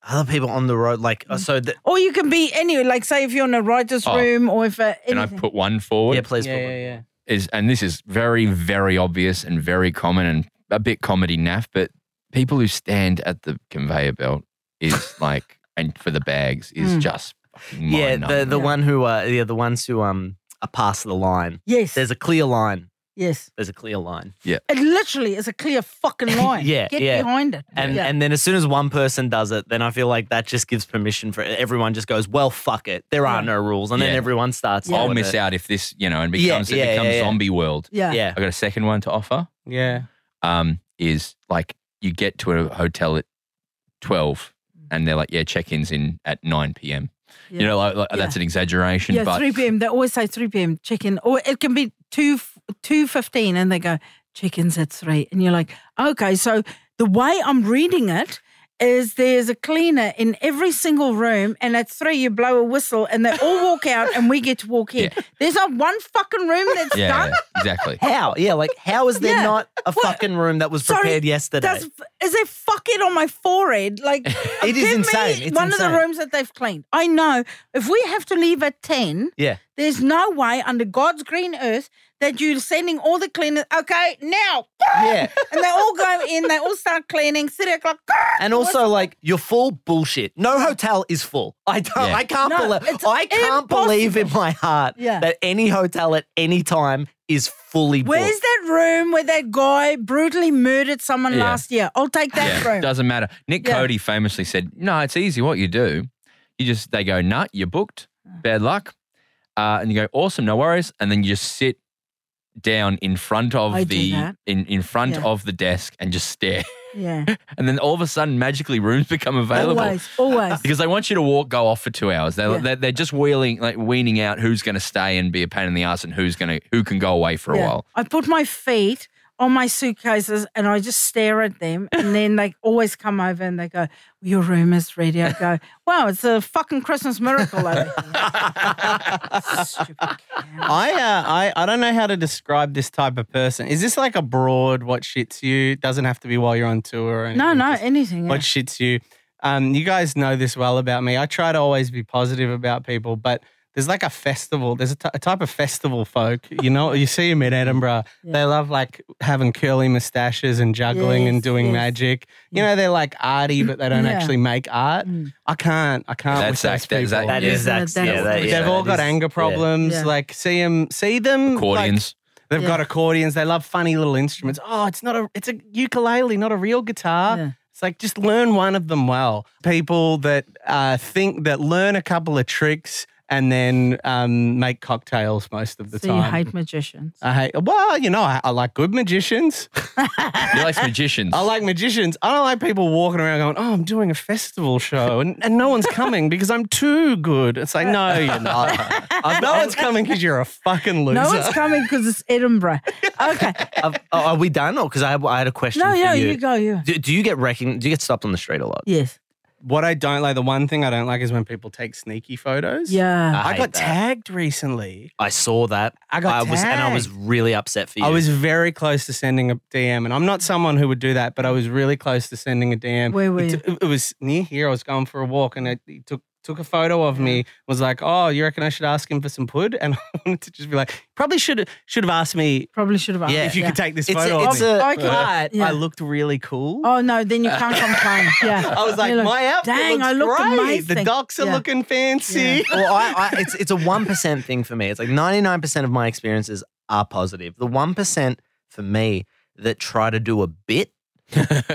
[SPEAKER 7] Other people on the road, like, oh, so the,
[SPEAKER 2] Or you can be anywhere, like say if you're in a writer's
[SPEAKER 5] Oh.
[SPEAKER 2] room or if uh,
[SPEAKER 5] Can I
[SPEAKER 2] anything.
[SPEAKER 5] put one forward?
[SPEAKER 7] yeah, please.
[SPEAKER 6] Yeah,
[SPEAKER 7] put one.
[SPEAKER 6] yeah, yeah.
[SPEAKER 5] is, and this is very, very obvious and very common and a bit comedy naff, but people who stand at the conveyor belt is like, and for the bags is
[SPEAKER 2] Mm.
[SPEAKER 5] just fucking
[SPEAKER 7] Yeah,
[SPEAKER 5] mind-numbing.
[SPEAKER 7] the the one who uh, yeah, the ones who um are past the line.
[SPEAKER 2] yes.
[SPEAKER 7] There's a clear line.
[SPEAKER 2] Yes.
[SPEAKER 7] There's a clear line.
[SPEAKER 2] It literally is a clear fucking line.
[SPEAKER 7] Yeah,
[SPEAKER 2] Get
[SPEAKER 7] yeah.
[SPEAKER 2] behind it.
[SPEAKER 7] And
[SPEAKER 2] Yeah.
[SPEAKER 7] and then as soon as one person does it, then I feel like that just gives permission for everyone just goes, well, fuck it. There are
[SPEAKER 2] Yeah.
[SPEAKER 7] no rules. And then
[SPEAKER 5] Yeah.
[SPEAKER 7] everyone starts.
[SPEAKER 5] I'll
[SPEAKER 7] doing
[SPEAKER 5] miss
[SPEAKER 7] it.
[SPEAKER 5] out if this, you know, and
[SPEAKER 7] Yeah,
[SPEAKER 5] becomes
[SPEAKER 7] yeah,
[SPEAKER 5] it becomes
[SPEAKER 7] yeah, yeah.
[SPEAKER 5] zombie world.
[SPEAKER 2] yeah.
[SPEAKER 7] Yeah.
[SPEAKER 5] I got a second one to offer.
[SPEAKER 6] Yeah.
[SPEAKER 5] Um, is like you get to a hotel at twelve, and they're like, yeah, check-ins in at nine p.m. You
[SPEAKER 2] Yeah.
[SPEAKER 5] know, like, like
[SPEAKER 2] Yeah.
[SPEAKER 5] that's an exaggeration,
[SPEAKER 2] Yeah,
[SPEAKER 5] but
[SPEAKER 2] three p.m. They always say three p.m. check in, or it can be two two fifteen, and they go check ins at three, and you're like, okay. So the way I'm reading it is there's a cleaner in every single room, and at three you blow a whistle, and they all walk out, and we get to walk in. There's not one fucking room that's
[SPEAKER 5] yeah,
[SPEAKER 2] done.
[SPEAKER 5] yeah, exactly.
[SPEAKER 7] How? Yeah, like how is there
[SPEAKER 2] Yeah.
[SPEAKER 7] not a
[SPEAKER 2] What?
[SPEAKER 7] fucking room that was
[SPEAKER 2] Sorry,
[SPEAKER 7] prepared yesterday?
[SPEAKER 2] Does, is there fuck it on my forehead? Like,
[SPEAKER 7] It is
[SPEAKER 2] give
[SPEAKER 7] insane.
[SPEAKER 2] Me
[SPEAKER 7] It's
[SPEAKER 2] one of
[SPEAKER 7] insane.
[SPEAKER 2] the rooms that they've cleaned. I know. If we have to leave at ten,
[SPEAKER 7] Yeah.
[SPEAKER 2] There's no way under God's green earth that you're sending all the cleaners. Okay, now,
[SPEAKER 7] Yeah.
[SPEAKER 2] and they all go in. They all start cleaning. Three o'clock.
[SPEAKER 7] And also, like, you're full bullshit. No hotel is full. I don't.
[SPEAKER 5] Yeah.
[SPEAKER 7] I can't
[SPEAKER 2] No,
[SPEAKER 7] believe.
[SPEAKER 2] it's
[SPEAKER 7] I can't believe in my heart
[SPEAKER 2] Yeah.
[SPEAKER 7] that any hotel at any time is fully
[SPEAKER 2] Where's
[SPEAKER 7] booked.
[SPEAKER 2] that room where that guy brutally murdered someone
[SPEAKER 5] Yeah.
[SPEAKER 2] last year? I'll take that
[SPEAKER 5] Yeah,
[SPEAKER 2] room.
[SPEAKER 5] doesn't matter. Nick
[SPEAKER 2] Yeah.
[SPEAKER 5] Cody famously said, "No, it's easy. What you do, you just they go, nah, you're booked. Bad luck." Uh, and you go, "Awesome, no worries." And then you just sit down in front of
[SPEAKER 2] I do
[SPEAKER 5] the
[SPEAKER 2] that.
[SPEAKER 5] in, in front
[SPEAKER 2] Yeah.
[SPEAKER 5] of the desk and just stare.
[SPEAKER 2] Yeah,
[SPEAKER 5] And then all of a sudden, magically, rooms become available.
[SPEAKER 2] always, always.
[SPEAKER 5] Because they want you to walk, go off for two hours. They,
[SPEAKER 2] Yeah.
[SPEAKER 5] they're, they're just wheeling, like weaning out who's going to stay and be a pain in the ass and who's going to, who can go away for a
[SPEAKER 2] Yeah.
[SPEAKER 5] while.
[SPEAKER 2] I put my feet on my suitcases and I just stare at them. And then they always come over and they go, Your room is ready. I go, Wow, it's a fucking Christmas miracle over here. Stupid cow.
[SPEAKER 6] I, uh, I I don't know how to describe this type of person. Is this like a broad what shits you? It doesn't have to be while you're on tour or anything.
[SPEAKER 2] No, no,
[SPEAKER 6] just
[SPEAKER 2] anything.
[SPEAKER 6] What
[SPEAKER 2] else.
[SPEAKER 6] shits you? Um, you guys know this well about me. I try to always be positive about people, but there's like a festival. There's a ty- a type of festival folk. You know, you see them in Edinburgh. They love like having curly mustaches and juggling and
[SPEAKER 2] Yes,
[SPEAKER 6] doing
[SPEAKER 2] yes.
[SPEAKER 6] magic. You know, they're like arty, but they don't
[SPEAKER 2] Yeah. Mm.
[SPEAKER 6] actually make art. I can't. I can't.
[SPEAKER 5] That's
[SPEAKER 6] with
[SPEAKER 5] Zach-
[SPEAKER 6] those
[SPEAKER 5] that's Zach,
[SPEAKER 6] people.
[SPEAKER 5] That is
[SPEAKER 2] Yeah, Zach's- that yeah, is- that-
[SPEAKER 6] They've
[SPEAKER 2] yeah,
[SPEAKER 6] all got
[SPEAKER 7] is-
[SPEAKER 6] anger problems.
[SPEAKER 2] Yeah.
[SPEAKER 6] Like see them, see them. like,
[SPEAKER 5] Accordions.
[SPEAKER 6] They've
[SPEAKER 2] Yeah.
[SPEAKER 6] got accordions. They love funny little instruments. Oh, it's not a it's a ukulele, not a real guitar.
[SPEAKER 2] Yeah.
[SPEAKER 6] It's like just learn one of them well. People that uh, think that learn a couple of tricks and then um, make cocktails most of the
[SPEAKER 2] So you
[SPEAKER 6] time. Uh,
[SPEAKER 2] hate magicians.
[SPEAKER 6] I hate. Well, you know, I, I like good magicians.
[SPEAKER 5] You like magicians.
[SPEAKER 6] I like magicians. I don't like people walking around going, "Oh, I'm doing a festival show and, and no one's coming because I'm too good." It's like, no, you're not. Uh, no one's coming because you're a fucking loser.
[SPEAKER 2] No one's coming because it's Edinburgh. Okay.
[SPEAKER 7] Are, oh, are we done? Or because I, I had a question
[SPEAKER 2] No,
[SPEAKER 7] for
[SPEAKER 2] no,
[SPEAKER 7] you.
[SPEAKER 2] you go, you.
[SPEAKER 7] Do, do you get recon- Do you get stopped on the street a lot?
[SPEAKER 2] Yes.
[SPEAKER 6] what I don't like, the one thing I don't like is when people take sneaky photos.
[SPEAKER 2] Yeah.
[SPEAKER 6] I,
[SPEAKER 7] hate
[SPEAKER 6] got
[SPEAKER 7] that.
[SPEAKER 6] tagged recently.
[SPEAKER 7] I saw that.
[SPEAKER 6] I got
[SPEAKER 7] was and I was
[SPEAKER 6] tagged.
[SPEAKER 7] really upset for you.
[SPEAKER 6] I was very close to sending a DM, and I'm not someone who would do that, but I was really close to sending a DM.
[SPEAKER 2] Where were
[SPEAKER 6] it,
[SPEAKER 2] you?
[SPEAKER 6] t- it was near here. I was going for a walk, and it, he took took a photo of me. Was like, "Oh, you reckon I should ask him for some pud?" And I wanted to just be like, "Probably should should have asked me
[SPEAKER 2] Probably should have asked.
[SPEAKER 7] Yeah,
[SPEAKER 6] if you could take this
[SPEAKER 7] It's a-
[SPEAKER 6] photo
[SPEAKER 7] it's
[SPEAKER 6] of me."
[SPEAKER 7] a-
[SPEAKER 2] Okay.
[SPEAKER 6] but
[SPEAKER 2] Yeah.
[SPEAKER 6] I looked really cool.
[SPEAKER 2] Oh no, then you can't complain. Yeah.
[SPEAKER 6] Uh, I was like,
[SPEAKER 2] You're
[SPEAKER 6] "My outfit
[SPEAKER 2] dang,
[SPEAKER 6] looks
[SPEAKER 2] I look
[SPEAKER 6] great. The
[SPEAKER 2] amazing."
[SPEAKER 6] docs are
[SPEAKER 2] Yeah.
[SPEAKER 6] looking fancy."
[SPEAKER 2] Yeah.
[SPEAKER 7] well, I, I, it's it's a one percent thing for me. It's like ninety nine percent of my experiences are positive. The one percent for me that try to do a bit,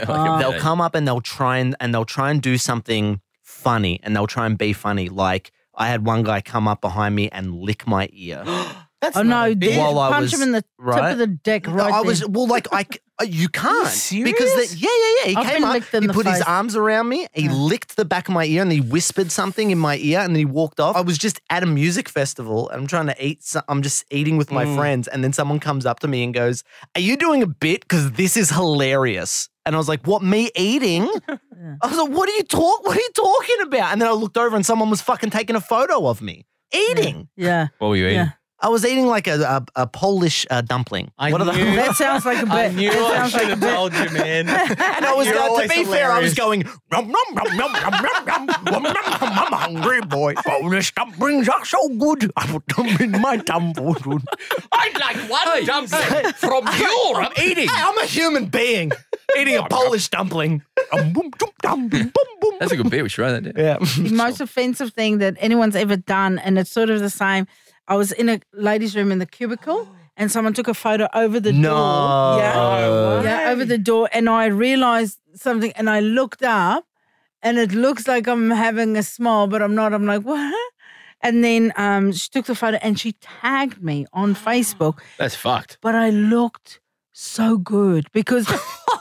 [SPEAKER 2] Ah.
[SPEAKER 7] they'll come up and they'll try and and they'll try and do something funny, and they'll try and be funny. Like I had one guy come up behind me and lick my ear.
[SPEAKER 6] That's
[SPEAKER 2] oh
[SPEAKER 6] not
[SPEAKER 2] no,
[SPEAKER 6] a
[SPEAKER 2] dude,
[SPEAKER 6] bit.
[SPEAKER 7] While I
[SPEAKER 2] punch
[SPEAKER 7] was-
[SPEAKER 2] him in the tip
[SPEAKER 7] right?
[SPEAKER 2] of the dick
[SPEAKER 7] No,
[SPEAKER 2] right
[SPEAKER 7] I was
[SPEAKER 2] there.
[SPEAKER 7] well, like I c- uh, you can't because
[SPEAKER 6] serious?
[SPEAKER 7] the, yeah, yeah, yeah. He
[SPEAKER 2] I've
[SPEAKER 7] came
[SPEAKER 2] been
[SPEAKER 7] up,
[SPEAKER 2] licked in
[SPEAKER 7] he
[SPEAKER 2] the
[SPEAKER 7] put his
[SPEAKER 2] face.
[SPEAKER 7] arms around me, he licked the back of my ear, and he whispered something in my ear, and then he walked off. I was just at a music festival, and I'm trying to eat. So- I'm just eating with my
[SPEAKER 6] Mm.
[SPEAKER 7] friends, and then someone comes up to me and goes, "Are you doing a bit? Because this is hilarious." And I was like, "What? Me eating?" I was like, "What are you talk? What are you talking about?" And then I looked over, and someone was fucking taking a photo of me eating.
[SPEAKER 2] Yeah.
[SPEAKER 5] What were you eating?
[SPEAKER 2] Yeah.
[SPEAKER 7] I was eating like a a, a Polish uh, dumpling.
[SPEAKER 6] I
[SPEAKER 7] what are
[SPEAKER 6] knew-
[SPEAKER 7] the
[SPEAKER 2] That sounds like a bit.
[SPEAKER 6] I knew
[SPEAKER 2] that
[SPEAKER 6] I
[SPEAKER 2] sounds
[SPEAKER 6] should
[SPEAKER 2] like a
[SPEAKER 6] have
[SPEAKER 2] bit.
[SPEAKER 6] told you, man.
[SPEAKER 7] And I was
[SPEAKER 6] You're
[SPEAKER 7] going,
[SPEAKER 6] always
[SPEAKER 7] to be fair, I
[SPEAKER 6] hilarious.
[SPEAKER 7] was going, rum, rum, rum, rum, rum, rum, rum, rum, rum, rum, I'm hungry, boy. Oh, this dumplings are so good. I put them in my dumpling.
[SPEAKER 5] I'd like one dumpling from Europe. eating.
[SPEAKER 7] I'm a human being eating a Polish dumpling. Um, boom, dum, dum, boom, boom.
[SPEAKER 5] That's a good bit. We should write that down.
[SPEAKER 7] Yeah.
[SPEAKER 2] the most offensive thing that anyone's ever done, and it's sort of the same. I was in a ladies' room in the cubicle, and someone took a photo over the
[SPEAKER 7] No.
[SPEAKER 2] door. Yeah,
[SPEAKER 7] No
[SPEAKER 2] yeah, over the door, and I realized something, and I looked up, and it looks like I'm having a smile, but I'm not. I'm like what? And then um, she took the photo and she tagged me on Facebook,
[SPEAKER 5] That's fucked.
[SPEAKER 2] but I looked so good because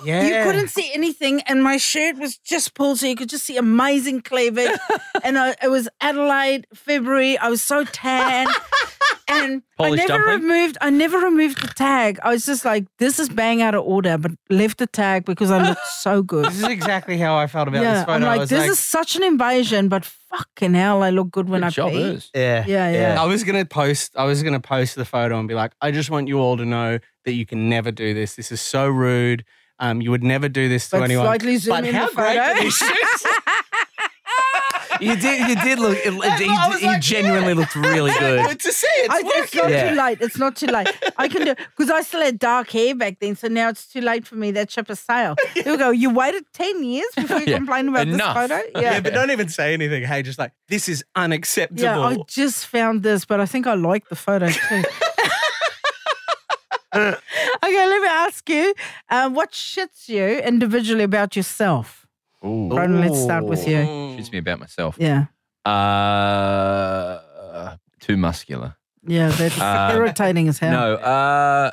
[SPEAKER 6] Yeah.
[SPEAKER 2] you couldn't see anything, and my shirt was just pulled, so you could just see amazing cleavage. and I, it was Adelaide, February. I was so tan, and
[SPEAKER 5] Polish
[SPEAKER 2] I never
[SPEAKER 5] dumpling?
[SPEAKER 2] removed. I never removed the tag. I was just like, "This is bang out of order," but left the tag because I looked so good.
[SPEAKER 6] This is exactly how I felt about
[SPEAKER 2] yeah,
[SPEAKER 6] this photo.
[SPEAKER 2] I'm
[SPEAKER 6] I
[SPEAKER 2] like,
[SPEAKER 6] was
[SPEAKER 2] "This
[SPEAKER 6] like,
[SPEAKER 2] is such an invasion," but fucking hell, I look good when I
[SPEAKER 5] Good job,
[SPEAKER 2] pee.
[SPEAKER 5] is.
[SPEAKER 7] Yeah.
[SPEAKER 2] Yeah, yeah.
[SPEAKER 6] I was gonna post. I was gonna post the photo and be like, I just want you all to know that you can never do this. This is so rude. Um, you would never do this to
[SPEAKER 2] But
[SPEAKER 6] anyone.
[SPEAKER 2] slightly zoom
[SPEAKER 6] but
[SPEAKER 2] in
[SPEAKER 6] how
[SPEAKER 2] the photo.
[SPEAKER 6] great this is.
[SPEAKER 7] You did, you did look, it, it, he,
[SPEAKER 6] I was
[SPEAKER 7] he
[SPEAKER 6] like,
[SPEAKER 7] genuinely looked really good.
[SPEAKER 6] Good to see it's
[SPEAKER 2] I, it's
[SPEAKER 6] working.
[SPEAKER 2] not
[SPEAKER 7] Yeah.
[SPEAKER 2] too late. It's not too late. I can do because I still had dark hair back then, so now it's too late for me. That ship has sailed. There we go. You waited ten years before you
[SPEAKER 5] Yeah.
[SPEAKER 2] complained about this
[SPEAKER 5] Enough.
[SPEAKER 2] photo.
[SPEAKER 6] Yeah,
[SPEAKER 2] Yeah.
[SPEAKER 6] but don't even say anything. Hey, just like this is unacceptable.
[SPEAKER 2] Yeah, I just found this, but I think I like the photo too. okay, let me ask you, um, what shits you individually about yourself?
[SPEAKER 5] Ooh.
[SPEAKER 2] Brian, let's start with you.
[SPEAKER 6] Mm.
[SPEAKER 5] Shits me about myself.
[SPEAKER 2] Yeah,
[SPEAKER 5] Uh, too muscular.
[SPEAKER 2] yeah, that's
[SPEAKER 5] Um,
[SPEAKER 2] irritating as hell.
[SPEAKER 5] No, uh,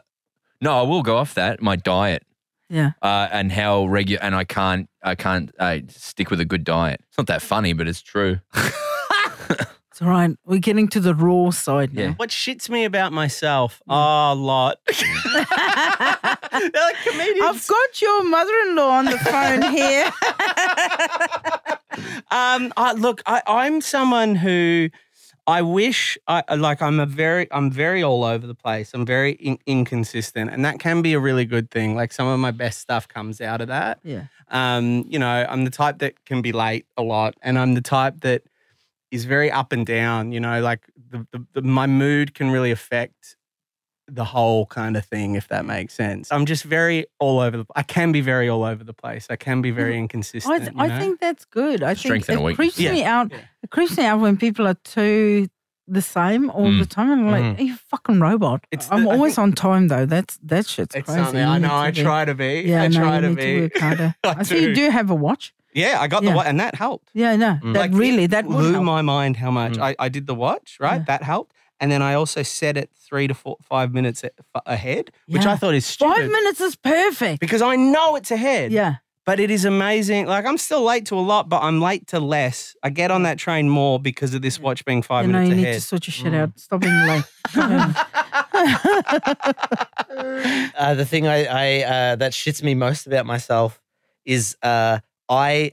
[SPEAKER 5] no, I will go off that. My diet.
[SPEAKER 2] Yeah.
[SPEAKER 5] Uh, and how regular, and I can't, I can't uh, stick with a good diet. It's not that funny, but it's true.
[SPEAKER 2] It's all right. We're getting to the raw side now.
[SPEAKER 5] Yeah.
[SPEAKER 6] What shits me about myself?
[SPEAKER 2] Mm.
[SPEAKER 6] Ah, a lot. They're like
[SPEAKER 2] I've
[SPEAKER 6] comedians.
[SPEAKER 2] got your mother-in-law on the phone here.
[SPEAKER 6] Um, I, look, I, I'm someone who I wish I uh, like. I'm a very, I'm very all over the place. I'm very in, inconsistent, and that can be a really good thing. Like some of my best stuff comes out of that.
[SPEAKER 2] yeah.
[SPEAKER 6] Um, you know, I'm the type that can be late a lot, and I'm the type that is very up and down. You know, like the, the, the, my mood can really affect the whole kind of thing, if that makes sense. I'm just very all over the. I can be very all over the place. I can be very inconsistent.
[SPEAKER 2] Mm-hmm. I, th-
[SPEAKER 6] you
[SPEAKER 2] I
[SPEAKER 6] know?
[SPEAKER 2] think that's good. I
[SPEAKER 5] Strength and
[SPEAKER 2] think
[SPEAKER 5] a
[SPEAKER 2] it
[SPEAKER 5] weakness.
[SPEAKER 2] creeps
[SPEAKER 6] Yeah.
[SPEAKER 2] me out.
[SPEAKER 6] Yeah.
[SPEAKER 2] It creeps me out when people are too the same all the time. I'm like,
[SPEAKER 7] Mm.
[SPEAKER 2] "Are you a fucking robot?
[SPEAKER 6] It's
[SPEAKER 2] I'm
[SPEAKER 6] the- I
[SPEAKER 2] always on time though. That's that shit's
[SPEAKER 6] It's
[SPEAKER 2] crazy.
[SPEAKER 6] something
[SPEAKER 2] You
[SPEAKER 6] I
[SPEAKER 2] need
[SPEAKER 6] know. I
[SPEAKER 2] to be-
[SPEAKER 6] try to be.
[SPEAKER 2] Yeah,
[SPEAKER 6] I
[SPEAKER 2] no,
[SPEAKER 6] try
[SPEAKER 2] you
[SPEAKER 6] to
[SPEAKER 2] need
[SPEAKER 6] be.
[SPEAKER 2] work harder. I, see you
[SPEAKER 6] do.
[SPEAKER 2] do have a watch.
[SPEAKER 6] Yeah, I got the
[SPEAKER 2] Yeah.
[SPEAKER 6] watch, and that helped.
[SPEAKER 2] Yeah, no,
[SPEAKER 7] Mm.
[SPEAKER 2] that
[SPEAKER 6] Like, it
[SPEAKER 2] really that would
[SPEAKER 6] blew
[SPEAKER 2] help.
[SPEAKER 6] my mind how much
[SPEAKER 7] Mm.
[SPEAKER 6] I, I did the watch. Right,
[SPEAKER 2] Yeah.
[SPEAKER 6] that helped. And then I also set it three to four, five minutes a- f- ahead, which
[SPEAKER 2] Yeah.
[SPEAKER 6] I thought is
[SPEAKER 2] Five
[SPEAKER 6] stupid.
[SPEAKER 2] minutes is perfect.
[SPEAKER 6] because I know it's ahead.
[SPEAKER 2] Yeah,
[SPEAKER 6] But it is amazing. Like I'm still late to a lot, but I'm late to less. I get on that train more because of this watch being five
[SPEAKER 2] you know, you
[SPEAKER 6] minutes
[SPEAKER 2] need
[SPEAKER 6] ahead. Mm.
[SPEAKER 2] to sort your shit out. Stop being late. Yeah.
[SPEAKER 7] uh, the thing I, I uh, that shits me most about myself is uh, I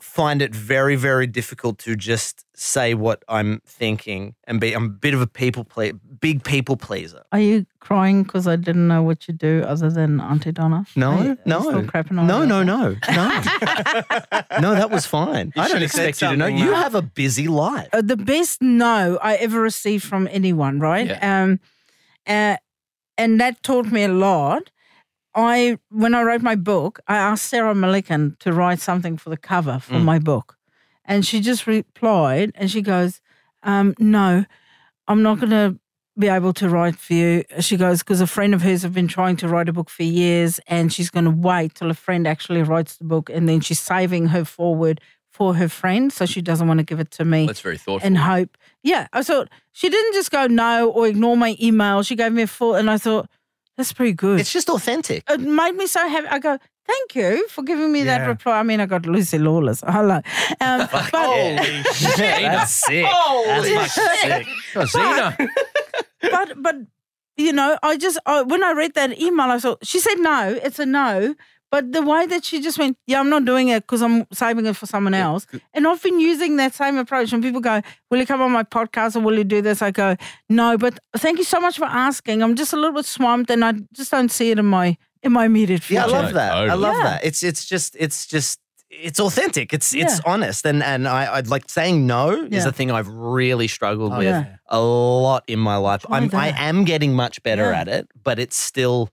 [SPEAKER 7] find it very, very difficult to just say what I'm thinking and be. I'm a bit of a people ple- big people pleaser.
[SPEAKER 2] Are you crying because I didn't know what you do other than Auntie Donna?
[SPEAKER 7] No,
[SPEAKER 2] Are you- are you
[SPEAKER 7] no.
[SPEAKER 2] still crapping on
[SPEAKER 7] No,
[SPEAKER 2] it?
[SPEAKER 7] no, no, no, no. That was fine. I don't
[SPEAKER 6] should've said
[SPEAKER 7] expect you to know.
[SPEAKER 6] something,
[SPEAKER 7] You
[SPEAKER 6] Mark.
[SPEAKER 7] have a busy life.
[SPEAKER 2] Uh, the best no I ever received from anyone, right? Um, uh, and that taught me a lot. I when I wrote my book, I asked Sarah Milliken to write something for the cover for my book, and she just replied, and she goes, um, "No, I'm not going to be able to write for you." She goes because a friend of hers have been trying to write a book for years, and she's going to wait till a friend actually writes the book, and then she's saving her forward for her friend, so she doesn't want to give it to me
[SPEAKER 5] That's very thoughtful.
[SPEAKER 2] and hope. Yeah, I thought she didn't just go no or ignore my email. She gave me a full, and I thought that's pretty good.
[SPEAKER 7] It's just authentic.
[SPEAKER 2] it made me so happy. I go, thank you for giving me that
[SPEAKER 6] Yeah.
[SPEAKER 2] reply. I mean, I got Lucy Lawless. Hello, um, but
[SPEAKER 6] Holy shit.
[SPEAKER 7] That's sick. That's fucking sick.
[SPEAKER 5] Oh, Zena.
[SPEAKER 2] but but you know, I just I, when I read that email, I thought she said no. It's a no. But the way that she just went, yeah, I'm not doing it because I'm saving it for someone else. And I've been using that same approach. And people go, "Will you come on my podcast or will you do this?" I go, "No, but thank you so much for asking. I'm just a little bit swamped, and I just don't see it in my in my immediate
[SPEAKER 7] Yeah,
[SPEAKER 2] future."
[SPEAKER 7] I love
[SPEAKER 5] Totally.
[SPEAKER 7] that. I love
[SPEAKER 2] Yeah.
[SPEAKER 7] that. It's it's just it's just it's authentic. It's it's honest. And and I I'd like saying no is
[SPEAKER 2] Yeah.
[SPEAKER 7] a thing I've really struggled with
[SPEAKER 2] yeah.
[SPEAKER 7] a lot in my life.
[SPEAKER 2] Try
[SPEAKER 7] I'm I
[SPEAKER 2] that.
[SPEAKER 7] am getting much better
[SPEAKER 2] Yeah.
[SPEAKER 7] at it, but it's still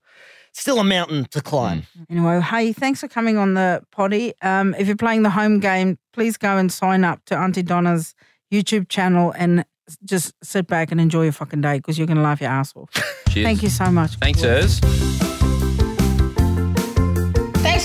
[SPEAKER 7] still a mountain to climb.
[SPEAKER 2] Anyway, hey, thanks for coming on the potty. Um, if you're playing the home game, please go and sign up to Auntie Donna's YouTube channel and s- just sit back and enjoy your fucking day because you're going to laugh your ass off.
[SPEAKER 5] Cheers.
[SPEAKER 2] Thank you so much.
[SPEAKER 5] Thanks, Urs.
[SPEAKER 8] Thanks